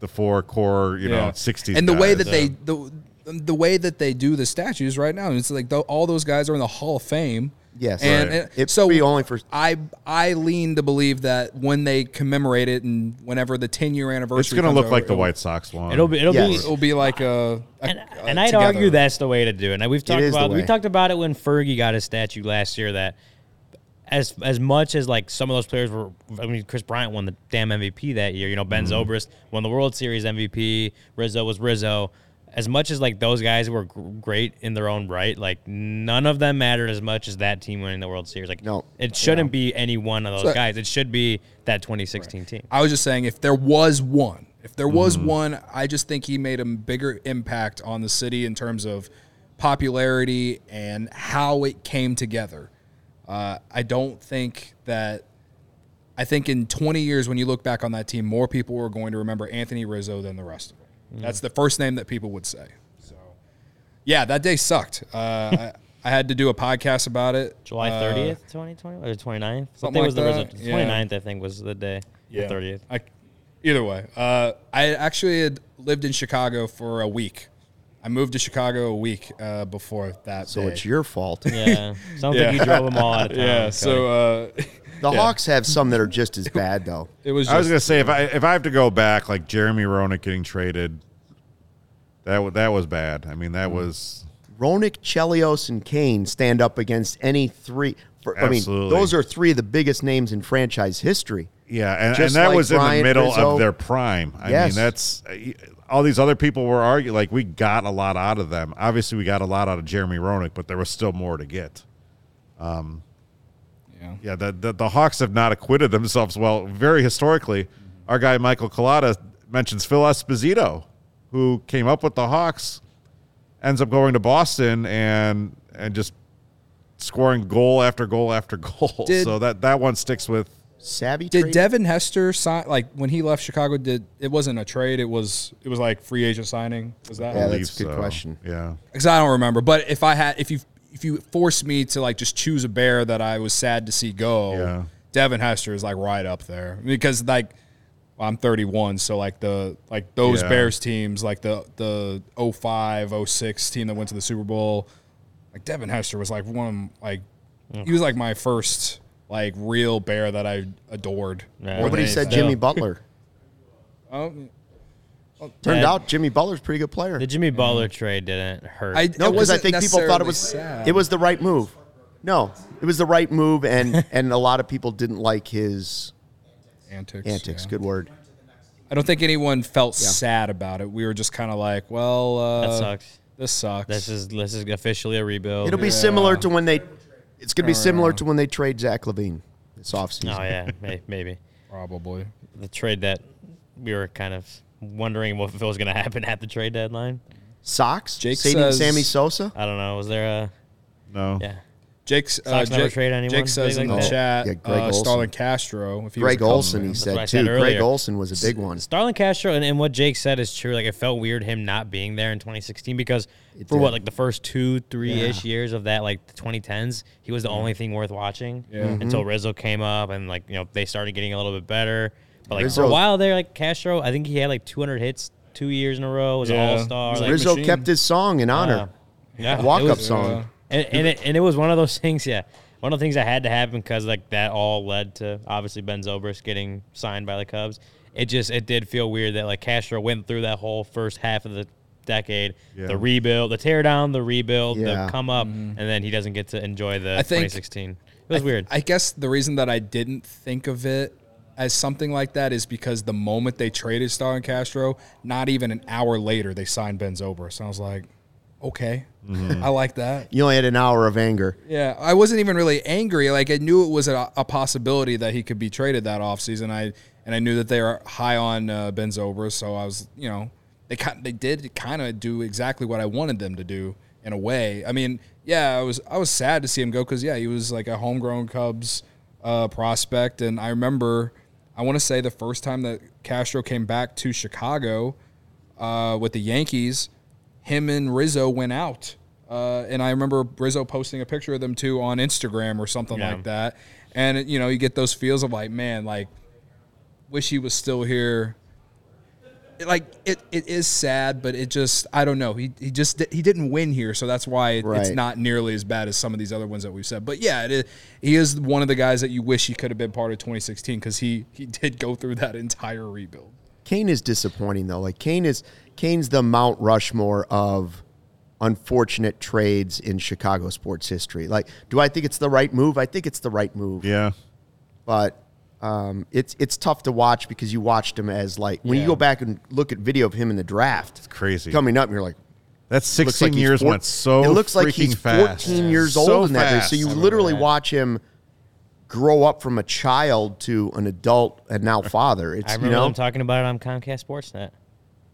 the four core, you know, sixties. uh,
and the way that
they.
they the, the way that they do the statues right now it's like tho- all those guys are in the hall of fame
Yes.
and,
Right.
and
It'd
so
be only for-
i i lean to believe that when they commemorate it and whenever the 10 year anniversary
It's going to
comes
look
over,
like the
it'll-
White Sox one.
it'll be it'll
Yes.
be
it'll be like a, a-
and,
a
and I'd
together.
argue that's the way to do it. Now we've talked
is the
about we
way.
talked about it when Fergie got his statue last year. That as as much as like some of those players were, I mean, Chris Bryant won the damn MVP that year. You know,
Mm-hmm.
Ben Zobrist won the World Series MVP. Rizzo was Rizzo. As much as like those guys were gr- great in their own right, like none of them mattered as much as that team winning the World Series. Like,
No.
it shouldn't be any one of those
So-
guys. It should be that 2016 team.
I was just saying, if there was one, if there was one, I just think he made a bigger impact on the city in terms of popularity and how it came together. Uh, I don't think that. I think in 20 years, when you look back on that team, more people are going to remember Anthony Rizzo than the rest of them. That's the first name that people would say. So, yeah, that day sucked. Uh, I, I had to do a podcast about it.
July
Uh,
30th, 2020 or 29th. What
something
day
like
was the
that,
result?
yeah.
29th, I think, was the day. The 30th.
I, either way, uh, I actually had lived in Chicago for a week. I moved to Chicago a week uh, before that.
So
day.
it's your fault.
Yeah. Sounds
Yeah.
like you drove them all out of town.
yeah.
Cody.
So uh,
The Hawks have some that are just as bad though.
it was. Just,
I was going to say if I if I have to go back, like Jeremy Roenick getting traded, that wa- that was bad. I mean, that
Mm-hmm.
was
Ronick, Chelios, and Kane stand up against any three. For, I mean,
Absolutely.
those are three of the biggest names in franchise history.
yeah, and, and
Just
that
like
was in
Bryant,
the middle
Rizzo.
of their prime. I
Yes.
mean, that's uh, all these other people were arguing like we got a lot out of them. Obviously, we got a lot out of Jeremy Roenick, but there was still more to get.
yeah.
Yeah, the, the, the Hawks have not acquitted themselves well. Very historically, our guy Michael Collada mentions Phil Esposito, who came up with the Hawks, ends up going to Boston and and just scoring goal after goal after goal.
Did-
so that that one sticks with
savvy.
Did
trade?
Devin Hester sign like when he left Chicago? Did it wasn't a trade? It was it was like free agent signing. Was that?
Yeah,
Believe
that's a good question.
Yeah.
Because I don't remember. But if I had, if you if you forced me to like just choose a bear that I was sad to see go,
Yeah.
Devin Hester is like right up there because like I'm 31, so like the like those
Yeah.
Bears teams, like the the 05, 06 team that went to the Super Bowl, like Devin Hester was like one of, like he was like my first like real bear that I adored.
Yeah.
more than
Nobody said
anything.
Jimmy Butler.
Oh,
Turned
Yeah.
out Jimmy Butler's a pretty good player.
The Jimmy Butler trade didn't hurt.
Mm. I,
No,
it
because I
wasn't
think people thought it
necessarily
was
sad.
it was the right move. No, it was the right move, and and a lot of people didn't like his
antics.
antics.
yeah.
Good word.
I don't think anyone felt sad about it. We were just kind of like, well, uh,
That sucks.
This sucks.
This is this is officially a rebuild.
It'll be similar to when they. It's
Oh,
going to be similar to when they trade Zach Levine this offseason.
Oh yeah, may, maybe
probably.
the trade that we were kind of wondering what if it was going to happen at the trade deadline.
Socks.
Jake
Sadie
says-
Sammy Sosa.
I don't know. Was there a
No.
yeah?
Jake's uh,
Sox never
Jake,
trade anyone,
Jake says in
anything
the
like that?
chat,
Yeah,
yeah,
Greg
uh,
Olson.
Stalin Castro. If he
Greg
was a
Olson. He
Cubs
what I
said
said
too. Greg
earlier.
Olson was a big one.
Starlin Castro and, and what Jake said is true. Like it felt weird him not being there in 2016 because for
did.
what like the first two three ish years of that like the 2010s he was the only thing worth watching
Yeah.
Mm-hmm.
Mhm.
until Rizzo came up and like you know they started getting a little bit better. But like for
Rizzo-
a while there, like Castro, I think he had like 200 hits two years in a row. Was
Yeah.
an all star.
He's
Like,
Rizzo
machine.
kept his song in honor.
yeah,
Walk
it
up
was-
song.
yeah.
And and it, and it was one of those things, yeah. One of the things that had to happen because like that all led to obviously Ben Zobrist getting signed by the Cubs. It just it did feel weird that like Castro went through that whole first half of the decade,
Yeah.
the rebuild, the teardown, the rebuild,
Yeah.
the come up, and then he doesn't get to enjoy the
Mm-hmm. I think-
2016. It was weird.
I guess the reason that I didn't think of it as something like that is because the moment they traded Stalin Castro, not even an hour later, they signed Ben Zobrist. And I was like, okay,
Mm-hmm.
I like that.
You only had an hour of anger.
Yeah, I wasn't even really angry. Like I knew it was a, a possibility that he could be traded that offseason. I and I knew that they were high on uh, Ben Zobrist, so I was, you know, they kind they did kind of do exactly what I wanted them to do in a way. I mean, yeah, I was I was sad to see him go because yeah, he was like a homegrown Cubs uh, prospect, and I remember I want to say the first time that Castro came back to Chicago, uh, with the Yankees, him and Rizzo went out. Uh, and I remember Rizzo posting a picture of them too on Instagram or something
Yeah.
like that. And, you know, you get those feels of like, man, like, wish he was still here. It- like, it, it is sad, but it just, I don't know. He, he just, di- he didn't win here. So that's why it, it's
Right.
not nearly as bad as some of these other ones that we've said. But yeah, it is, he is one of the guys that you wish he could have been part of 2016 because he, he did go through that entire rebuild.
Kane is disappointing though. Like Kane is Kane's the Mount Rushmore of unfortunate trades in Chicago sports history. Like, do I think it's the right move? I think it's the right move,
Yeah.
but um, it's it's tough to watch because you watched him as like when you
Yeah.
go back and look at video of him in the draft. It's
crazy.
coming up. and You're like.
That
looks
16
like he's
years
four-
went so
It looks like
freaking
he's 14
fast.
years old
So
in that race.
fast.
So you literally
that.
watch him grow up from a child to an adult and now father. It's
I
you
remember
know
them talking about it on Comcast Sportsnet.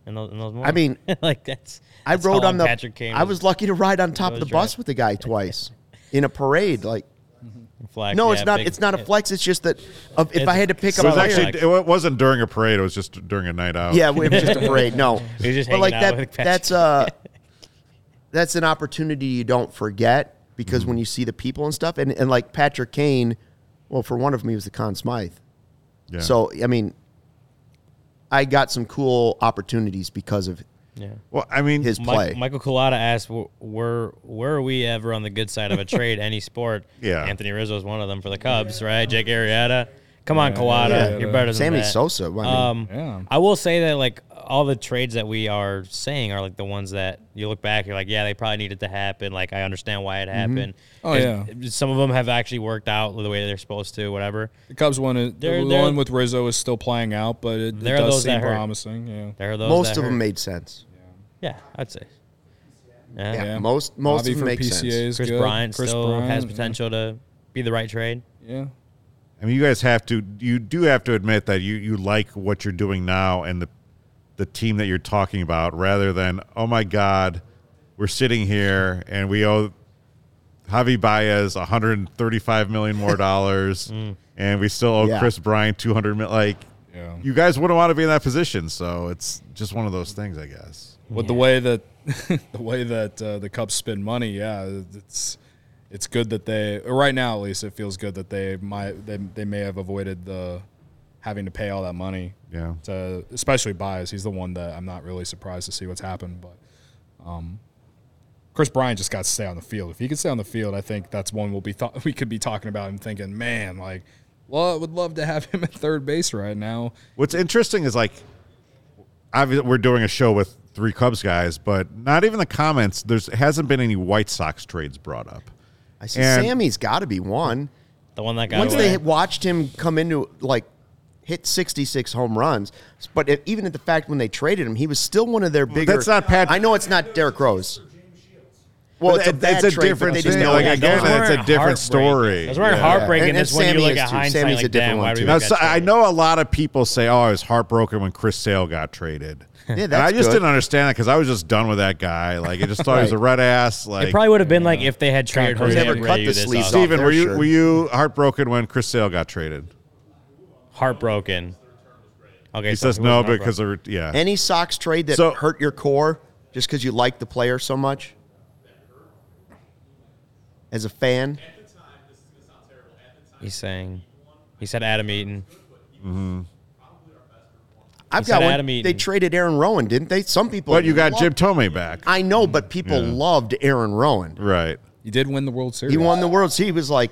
In those, in those
I mean,
mornings. like that's,
I
that's how
rode
long
on the.
Patrick Kane
I was lucky to ride on top of the
those
bus
drive-
with the guy twice in a parade. Like,
flex.
no,
Yeah,
it's not.
big-
it's not a
it-
flex. It's just that of, if
It's-
I had to
It
pick up.
was
a
Like-
actually. It wa- wasn't during a parade. It was just during a night
Oh,
out.
yeah, it was just a parade. No,
You're just
but like
hanging out
that.
with Patrick.
that's uh that's an opportunity you don't forget
Mm-hmm.
because when you see the people and stuff, and, and like Patrick Kane, well, for one of me was the Con Smythe.
Yeah.
So I mean, I got some cool opportunities because of
Yeah.
Well, I mean,
his
Mike-
play.
Michael Colada asked, "Were- "Were where are we ever on the good side of a trade, any sport?"
Yeah.
Anthony Rizzo is one of them for the Cubs, right? Jake Arrieta, come on, Colada,
Yeah.
you're better than
Sammy
that.
Sosa. I mean,
Um,
Yeah.
I will say that like all the trades that we are saying are like the ones that you look back, you're like, yeah, they probably needed to happen. Like I understand why it happened.
Oh,
And some of them have actually worked out the way they're supposed to, whatever.
The Cubs one, is-
There-
the
there-
one with Rizzo is still playing out, but it, it
There are
does
those that
seem
hurt.
promising. Yeah,
There are those
most
Oh, that
of them
hurt.
made sense.
yeah, I'd say.
Yeah,
Yeah.
most most
Bobby
of them
for
make
PCA
sense.
is
Chris
good.
Bryant
Chris
still has
Bryant,
potential to be the right trade.
Yeah, yeah.
I mean, you guys have to. You do have to admit that you you like what you're doing now and the the team that you're talking about, rather than oh my god, we're sitting here and we owe Javi Baez 135 million more dollars, and we still owe
Yeah.
Chris Bryant 200 mil. Like,
Yeah.
you guys wouldn't want to be in that position, so it's just one of those things, I guess.
With the way that the way that uh, the Cubs spend money, yeah, it's it's good that they or right now at least it feels good that they might they, they may have avoided the having to pay all that money.
Yeah.
To especially Baez, he's the one that I'm not really surprised to see what's happened, but um, Chris Bryant just got to stay on the field. If he could stay on the field, I think that's one we'll be th- we could be talking about and thinking, man, like, well, would love to have him at third base right now.
What's interesting is like, obviously we're doing a show with three Cubs guys, but not even the comments. There's hasn't been any White Sox trades brought up.
I see
And-
Sammy's got to be one.
The one that got
Once
away.
they watched him come into like hit 66 home runs, but it, even at the fact when they traded him, he was still one of their bigger.
that's not Pat-
I know it's not Derek Rose. Well, it's a,
That- that's
bad
a
trade, but
different
they just
thing.
know
Like,
it.
again,
those
that's a
weren't
different
heartbreaking.
story.
Those weren't
Yeah.
heartbreaking.
And-
It's
and
when you
Sammy
look
is
at
too.
hindsight
Sammy's
like,
a different
damn,
one
why did
too.
we
Now,
make
so,
that
I
trade?
know a lot of people say, "Oh, I was heartbroken when Chris Sale got traded." and I
that's
just
good.
didn't understand that because I was just done with that guy. Like, I just thought he was a red ass. Like,
It probably would have been like if they had traded
Concrete.
Jose
Never
cut the
Abreu this
sleeves
offseason.
off.
Steven, were you
Sure.
were you heartbroken when Chris Sale got traded?
Heartbroken. Okay,
He
so
says
who was
no
heartbroken?
because of, yeah.
Any Sox trade that
So-
hurt your core just because you like the player so much? As a fan,
he's saying he said Adam Eaton.
I've
said
got one.
Adam Eaton.
They traded Aaron Rowan, didn't they? Some people.
but you got
loved-
Jim Tomey back,
I know, but people
Yeah.
loved Aaron Rowan.
right?
He did win the World Series.
He won the World Series. He was like,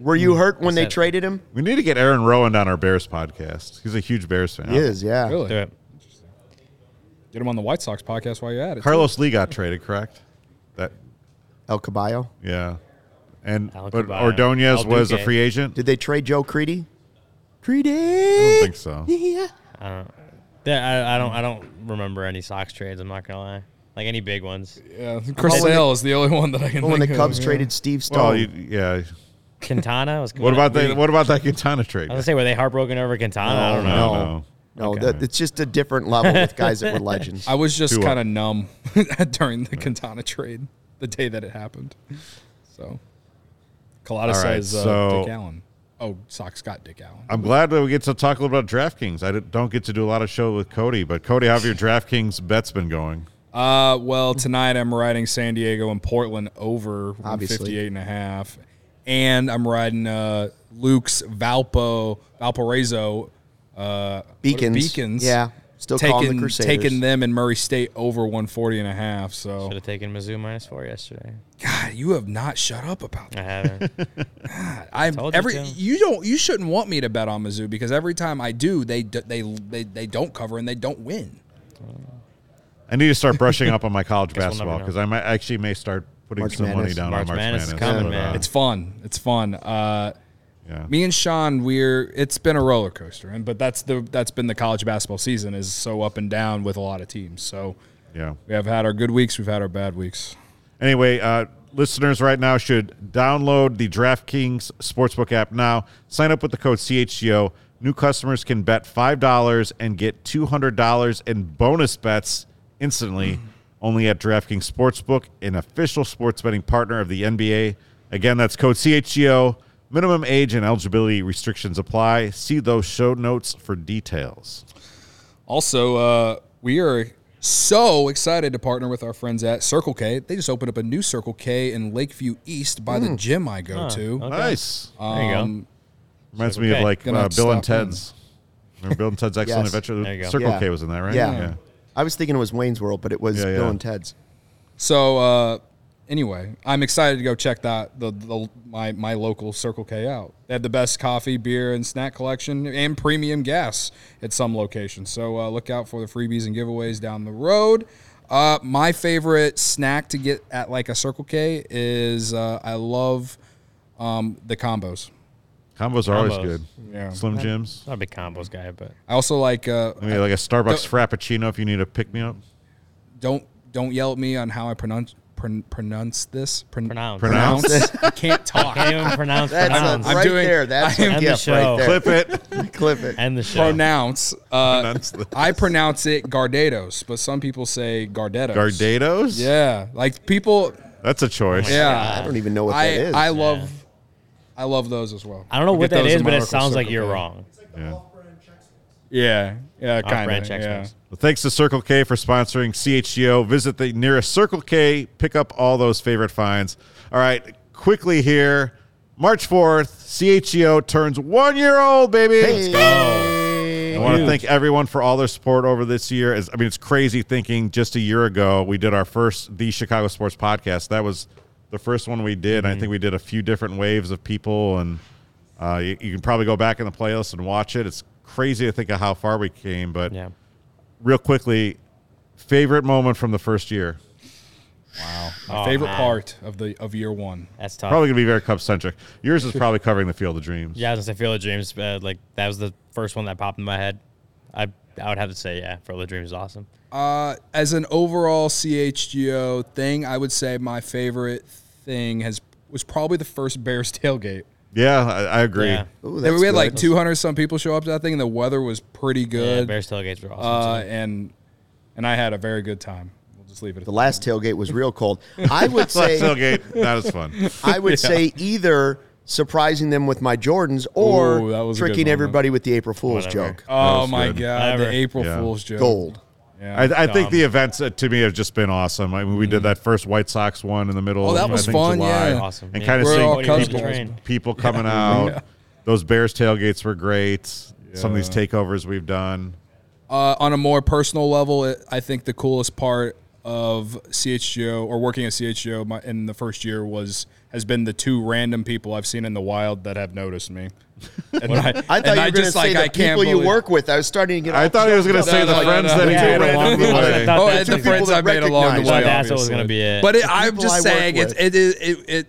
"Were you hurt when they
that?
traded him?"
We need to get Aaron Rowan on our Bears podcast. He's a huge Bears fan.
He is, yeah.
Really?
Do it.
Get him on the White Sox podcast while you're at it.
Carlos Lee got traded, correct? That
El Caballo.
yeah. And
Alec
but
Bobbitt.
Ordonez
El
was a
Duque.
free agent.
Did they trade Joe Creedy? Creedy.
I don't think so.
Yeah.
There- I, I don't. I don't remember any Sox trades. I'm not gonna lie. Like any big ones.
Yeah, Chris Sale is the only one that I can.
But when
Oh
the
think
Cubs
of, yeah.
traded Steve Stone,
Well, you, yeah.
Quintana was.
What about that? What about that Quintana trade?
I was gonna say were they heartbroken over Quintana? I don't know.
No,
No.
no.
no, that, it's just a different level with guys that were legends.
I was just
uh,
Tua.
kind of numb during the Quintana trade the day that it happened. So, Colada
All right,
says uh,
so-
Dick Allen. Oh, Sox got Dick Allen.
I'm glad that we get to talk a little about DraftKings. I didn't- don't get to do a lot of show with Cody, but Cody, how have your DraftKings bets been going?
Uh, well, tonight I'm riding San Diego and Portland over
Obviously.
58 and a half. And I'm riding uh, Luke's Valpo, Valparaiso uh,
Beacons.
Beacons.
Yeah. Still
taking,
calling the Crusaders.
taking them in Murray State over 140 and a half. So,
Should have taken Mizzou minus four yesterday.
God, you have not shut up about that.
I haven't.
I
Told you
every
to.
you don't you shouldn't want me to bet on Mizzou because every time I do they d- they they, they don't cover and they don't win.
I need to start brushing up on my college
we'll never
basketball
know.
because I might actually may start putting
March
some money
Madness.
down on
March
March
Madness
Madness.
is coming,
but,
man.
uh,
It's fun. It's fun. Uh,
yeah.
me and Sean we're it's been a roller coaster and but that's the that's been the college basketball season is so up and down with a lot of teams. So
yeah.
we have had our good weeks, we've had our bad weeks.
Anyway, uh, listeners right now should download the DraftKings Sportsbook app now. Sign up with the code CHGO. New customers can bet $5 and get $200 in bonus bets instantly only at DraftKings Sportsbook, an official sports betting partner of the NBA. Again, that's code CHGO. Minimum age and eligibility restrictions apply. See those show notes for details.
Also, uh, we are so excited to partner with our friends at Circle K. They just opened up a new Circle K in Lakeview East by the gym I go to.
okay.
Nice.
There you go.
Reminds me of
Okay.
like
Gonna
uh,
have to
Bill and
stop in.
Ted's. Remember Bill and Ted's Excellent
Yes.
Adventure?
There you go.
Circle
Yeah.
K was in that, right?
Yeah. I was thinking it was Wayne's World, but it was
Yeah, yeah.
Bill and Ted's.
So uh, anyway, I'm excited to go check that the, the my my local Circle K out. They have the best coffee, beer, and snack collection, and premium gas at some locations. So uh, look out for the freebies and giveaways down the road. Uh, my favorite snack to get at like a Circle K is uh, I love um, the combos.
Combos are always
Combos. Uh,
good.
Yeah.
Slim Jims.
Not a big combos guy, but
I also like uh,
I mean, like a Starbucks Frappuccino if you need a pick me up.
don't don't yell at me on how I pronounce pron- pronounce this Pron-
pronounce.
Pronounce.
I can't talk.
Can't even pronounce pronounce.
a-
uh,
I'm
right
doing-
there. That's
I am-
a
End the
gift right
show.
there.
Clip it.
Clip it.
End the show.
pronounce. Uh,
Pronounce this.
I pronounce it Gardados, but some people say Gardetos.
Gardados?
Yeah, like people.
That's a choice.
Yeah,
I don't even know what
uh, I,
that is.
I love, I love those as well.
I don't know
I
what
get
that
those
is,
in
but
my
it
Uncle
sounds like
Circle
you're
K.
wrong.
Yeah.
Yeah, yeah, kind
Off-brand
of.
checks
Yeah.
mix.
Well, thanks to Circle K for sponsoring CHGO. Visit the nearest Circle K, pick up all those favorite finds. All right, quickly here. March 4th, CHGO turns one year old, baby.
Oh.
Oh.
I want to
Huge.
thank everyone for all their support over this year. As, I mean, it's crazy thinking just a year ago we did our first the Chicago Sports Podcast. That was the first one we did.
Mm-hmm.
I think we did a few different waves of people, and uh, you, you can probably go back in the playlist and watch it. It's crazy to think of how far we came. But
Yeah.
real quickly, favorite moment from the first year.
My
Oh,
favorite
man.
part of the of year one.
That's tough.
Probably gonna be very Cubs centric. Yours is probably covering the Field of Dreams.
Yeah, I was gonna say Field of Dreams. Uh, like that was the first one that popped in my head. I I would have to say yeah, Field of Dreams is awesome.
Uh, as an overall CHGO thing, I would say my favorite thing has was probably the first Bears tailgate.
yeah, I, I agree.
Yeah,
Ooh,
we
that's
had like
good.
200 some people show up to that thing, and the weather was pretty
yeah
good.
Bears tailgates were awesome.
uh, and and I had a very good time. We'll just leave it. At
The last tailgate was real cold. I would
Plus,
say
tailgate, that is fun.
I would say either surprising them with my Jordans or
Ooh, that was a good
tricking
moment.
everybody with the April Fool's
Whatever.
joke.
Oh
was
my
good.
god,
Whatever.
the April
Yeah.
Fool's joke.
Gold.
Yeah.
I, I think
Um,
the events uh, to me have just been awesome. I mean, we
mm-hmm.
did that first White Sox one in the middle.
Oh, that
of, I
was
think,
fun,
July,
yeah.
Awesome,
And
yeah.
kind of
We're all
seeing
Cubs
people,
boys.
people coming out. Those Bears tailgates were great. Some of these takeovers we've done.
Uh, on a more personal level, it, I think the coolest part of CHGO or working at CHGO my, in the first year was has been the two random people I've seen in the wild that have noticed me. And I,
I thought
and
you were
I
going to
just
say
like I
the
can't
people you
believe-
work with. I was starting to get.
I
all
thought he was going to
choked
say
up.
the
no, no,
friends
no.
that he
Yeah,
made
I
along the
thought
way.
that-
Oh,
That's
and the
the
friends
people
I
that
made along the way.
recognize.
Well, that's what was
obviously.
gonna be it.
But it,
The
I'm
people
just
I work
saying it,
with.
it, is- it it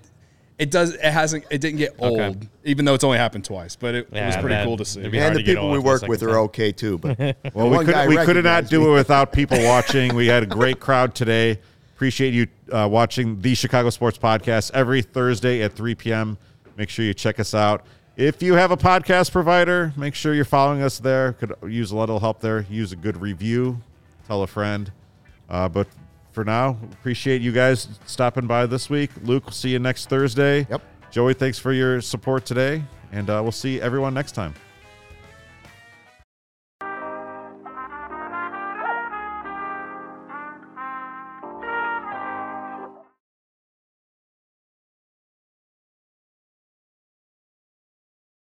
it does it hasn't it didn't get old even though it's only happened twice. But it, it was
Yeah,
pretty
that-
cool to see.
it'd be hard
And the
to get
people
all
we
of the
work
second
with are
time.
okay too. But
Well, we could we could not do it without people watching. We had a great crowd today. Appreciate you uh, watching the Chicago Sports Podcast every Thursday at 3 p.m. Make sure you check us out. If you have a podcast provider, make sure you're following us there. Could use a little help there. Use a good review. Tell a friend. Uh, but for now, appreciate you guys stopping by this week. Luke, we'll see you next Thursday.
Yep.
Joey, thanks for your support today, and uh, we'll see everyone next time.